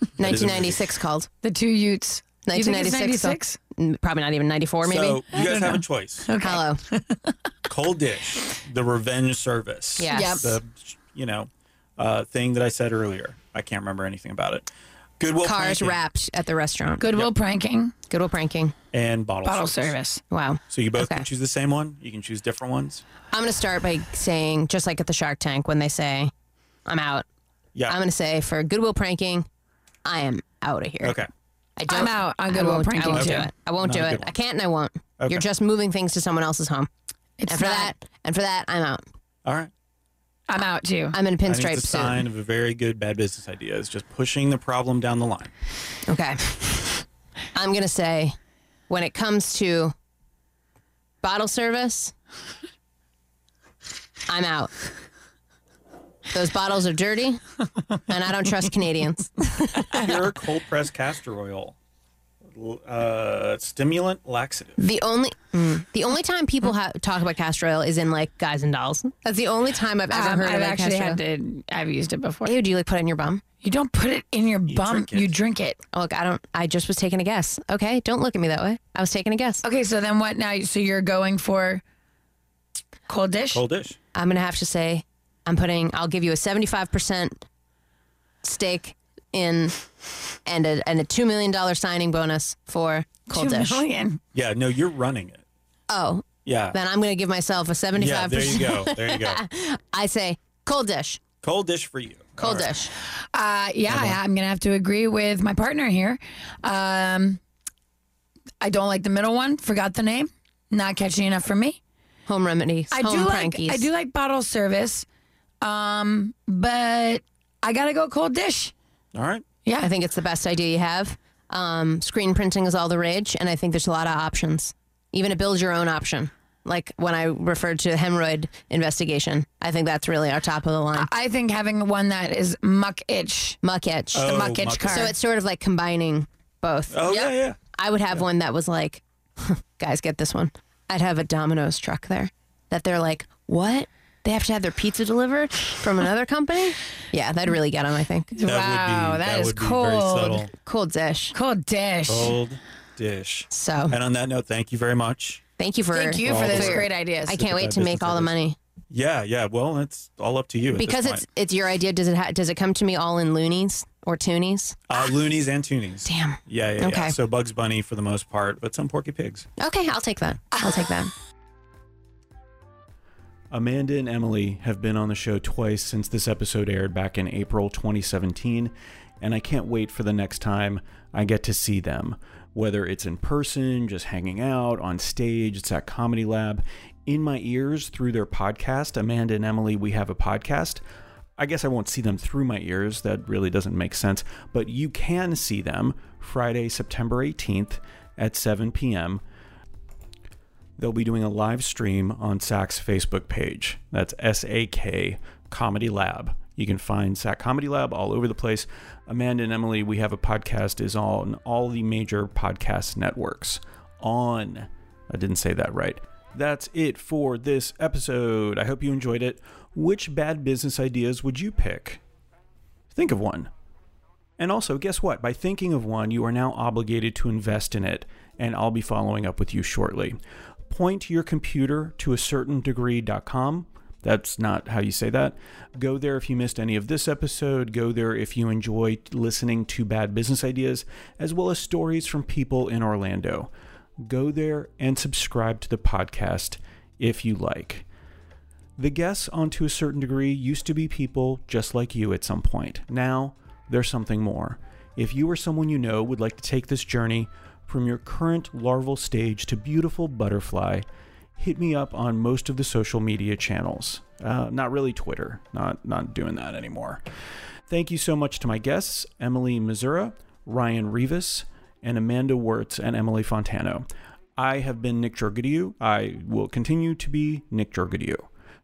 G: 1996 called.
F: The two Utes. You think it's
G: 1996. Mm, Probably not even 94, maybe.
C: So you guys have a choice.
F: Okay.
G: Hello.
C: Cold dish, the revenge service.
G: Yes.
F: Yep.
C: The you know uh, thing that I said earlier. I can't remember anything about it. Goodwill
G: Cars
C: Planking
G: wrapped at the restaurant.
F: Goodwill pranking,
G: Good old pranking.
C: and bottle,
F: bottle service.
G: Wow.
C: So you both
G: Okay.
C: can choose the same one. You can choose different ones.
G: I'm going to start by saying, just like at the Shark Tank, when they say, I'm out,
C: Yeah.
G: I'm going to say, for Goodwill pranking, I am out of here.
C: okay.
G: I
F: I'm out on Goodwill
G: I won't,
F: pranking,
G: I won't
F: too.
G: do it. I won't
C: Not a
G: do it.
C: good one.
G: I can't and I won't.
C: Okay.
G: You're just moving things to someone else's home.
F: It's
G: and for
F: not-
G: that, and for that, I'm out.
C: All right.
F: I'm out too.
G: I'm in
C: I
G: a
C: think
G: pinstripe
C: it's a
G: suit.
C: sign of a very good bad business idea is just pushing the problem down the line. [laughs]
G: Okay. I'm going to say when it comes to bottle service, I'm out. Those bottles are dirty, and I don't trust Canadians.
C: Pure cold pressed castor oil uh, stimulant laxative.
G: The only mm, the only time people ha- talk about castor oil is in like Guys and Dolls. That's the only time I've ever
F: Um,
G: heard
F: I've
G: of like,
F: actually
G: castor
F: had
G: oil.
F: to. I've used it before.
G: Ew, do you like put it on your bum?
F: You don't put it in your bum.
C: drink it.
F: You drink it.
G: Oh, Look, I don't. I just was taking a guess. Okay, don't look at me that way. I was taking a guess.
F: Okay, so then what now? So you're going for cold dish?
C: Cold dish.
G: I'm gonna have to say, I'm putting. I'll give you a 75 percent stake in, and a and a two million dollar signing bonus for cold
F: Two
G: dish.
F: million.
C: Yeah, no, you're running it.
G: Oh,
C: Yeah.
G: then I'm gonna give myself a 75.
C: yeah, there you go. There you go.
G: I say cold dish.
C: Cold dish for you.
G: Cold
C: All right.
G: dish.
F: Uh, yeah, I, I'm gonna have to agree with my partner here. Um, I don't like the middle one. Forgot the name. Not catchy enough for me.
G: Home remedies.
F: I
G: home
F: do
G: prankies.
F: like I do like bottle service, um, but I gotta go cold dish.
C: All right.
F: Yeah,
G: I think it's the best idea you have. Um, screen printing is all the rage, and I think there's a lot of options. Even a build your own option. Like when I referred to the hemorrhoid investigation, I think that's really our top of the line.
F: I think having one that is muck itch,
G: Muck itch.
F: the
C: Oh,
F: muck itch
C: muck itch.
F: card.
G: So it's sort of like combining both.
C: Oh, yeah, yeah.
G: I would have one that was like, [laughs] guys, get this one. I'd have a Domino's truck there that they're like, what? They have to have their pizza delivered from
C: [laughs]
G: another company? Yeah, that'd really get them, I think.
C: That
F: wow,
C: would be,
F: that is
C: would be
F: cold.
C: very subtle. Oh,
G: Cool dish.
F: Cold dish.
C: Cold dish.
G: So
C: And on that note, thank you very much.
G: thank you for.
F: Thank you
C: All
F: for
C: the
F: those
C: work.
F: great ideas.
G: I can't wait to make all the money.
C: Yeah, yeah. Well, it's all up to you. at this
G: because
C: point.
G: it's it's your idea. Does it ha- does it come to me all in loonies or toonies?
C: uh, loonies and toonies.
G: Damn.
C: Yeah, yeah, yeah.
G: Okay.
C: So Bugs Bunny for the most part, but some Porky Pigs.
G: Okay, I'll take that. I'll take that.
A: Amanda and Emily have been on the show twice since this episode aired back in April 2017, and I can't wait for the next time I get to see them. Whether it's in person, just hanging out, on stage, it's at Comedy Lab, in my ears through their podcast, Amanda and Emily, we have a podcast. I guess I won't see them through my ears. That really doesn't make sense. But you can see them Friday, September 18th at 7 p.m they'll be doing a live stream on SAC's Facebook page. That's S A K Comedy Lab. You can find SAC Comedy Lab all over the place. Amanda and Emily, we have a podcast, is on all the major podcast networks. On. I didn't say that right. That's it for this episode. I hope you enjoyed it. Which bad business ideas would you pick? Think of one. And also, guess what? By thinking of one, you are now obligated to invest in it, and I'll be following up with you shortly. Point your computer to a certain degree.com. That's not how you say that. Go there if you missed any of this episode. Go there if you enjoy listening to bad business ideas, as well as stories from people in Orlando. Go there and subscribe to the podcast if you like. The guests on To a Certain Degree used to be people just like you at some point. Now, there's something more. If you or someone you know would like to take this journey from your current larval stage to beautiful butterfly, hit me up on most of the social media channels. Uh, not really Twitter, not, not doing that anymore. Thank you so much to my guests, Emily Missoura, Ryan Rivas, and Amanda Wirtz and Emily Fontano. I have been Nick Jorgadou. I will continue to be Nick Jorgadou.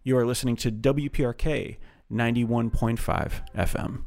A: You are listening to WPRK 91.5 FM.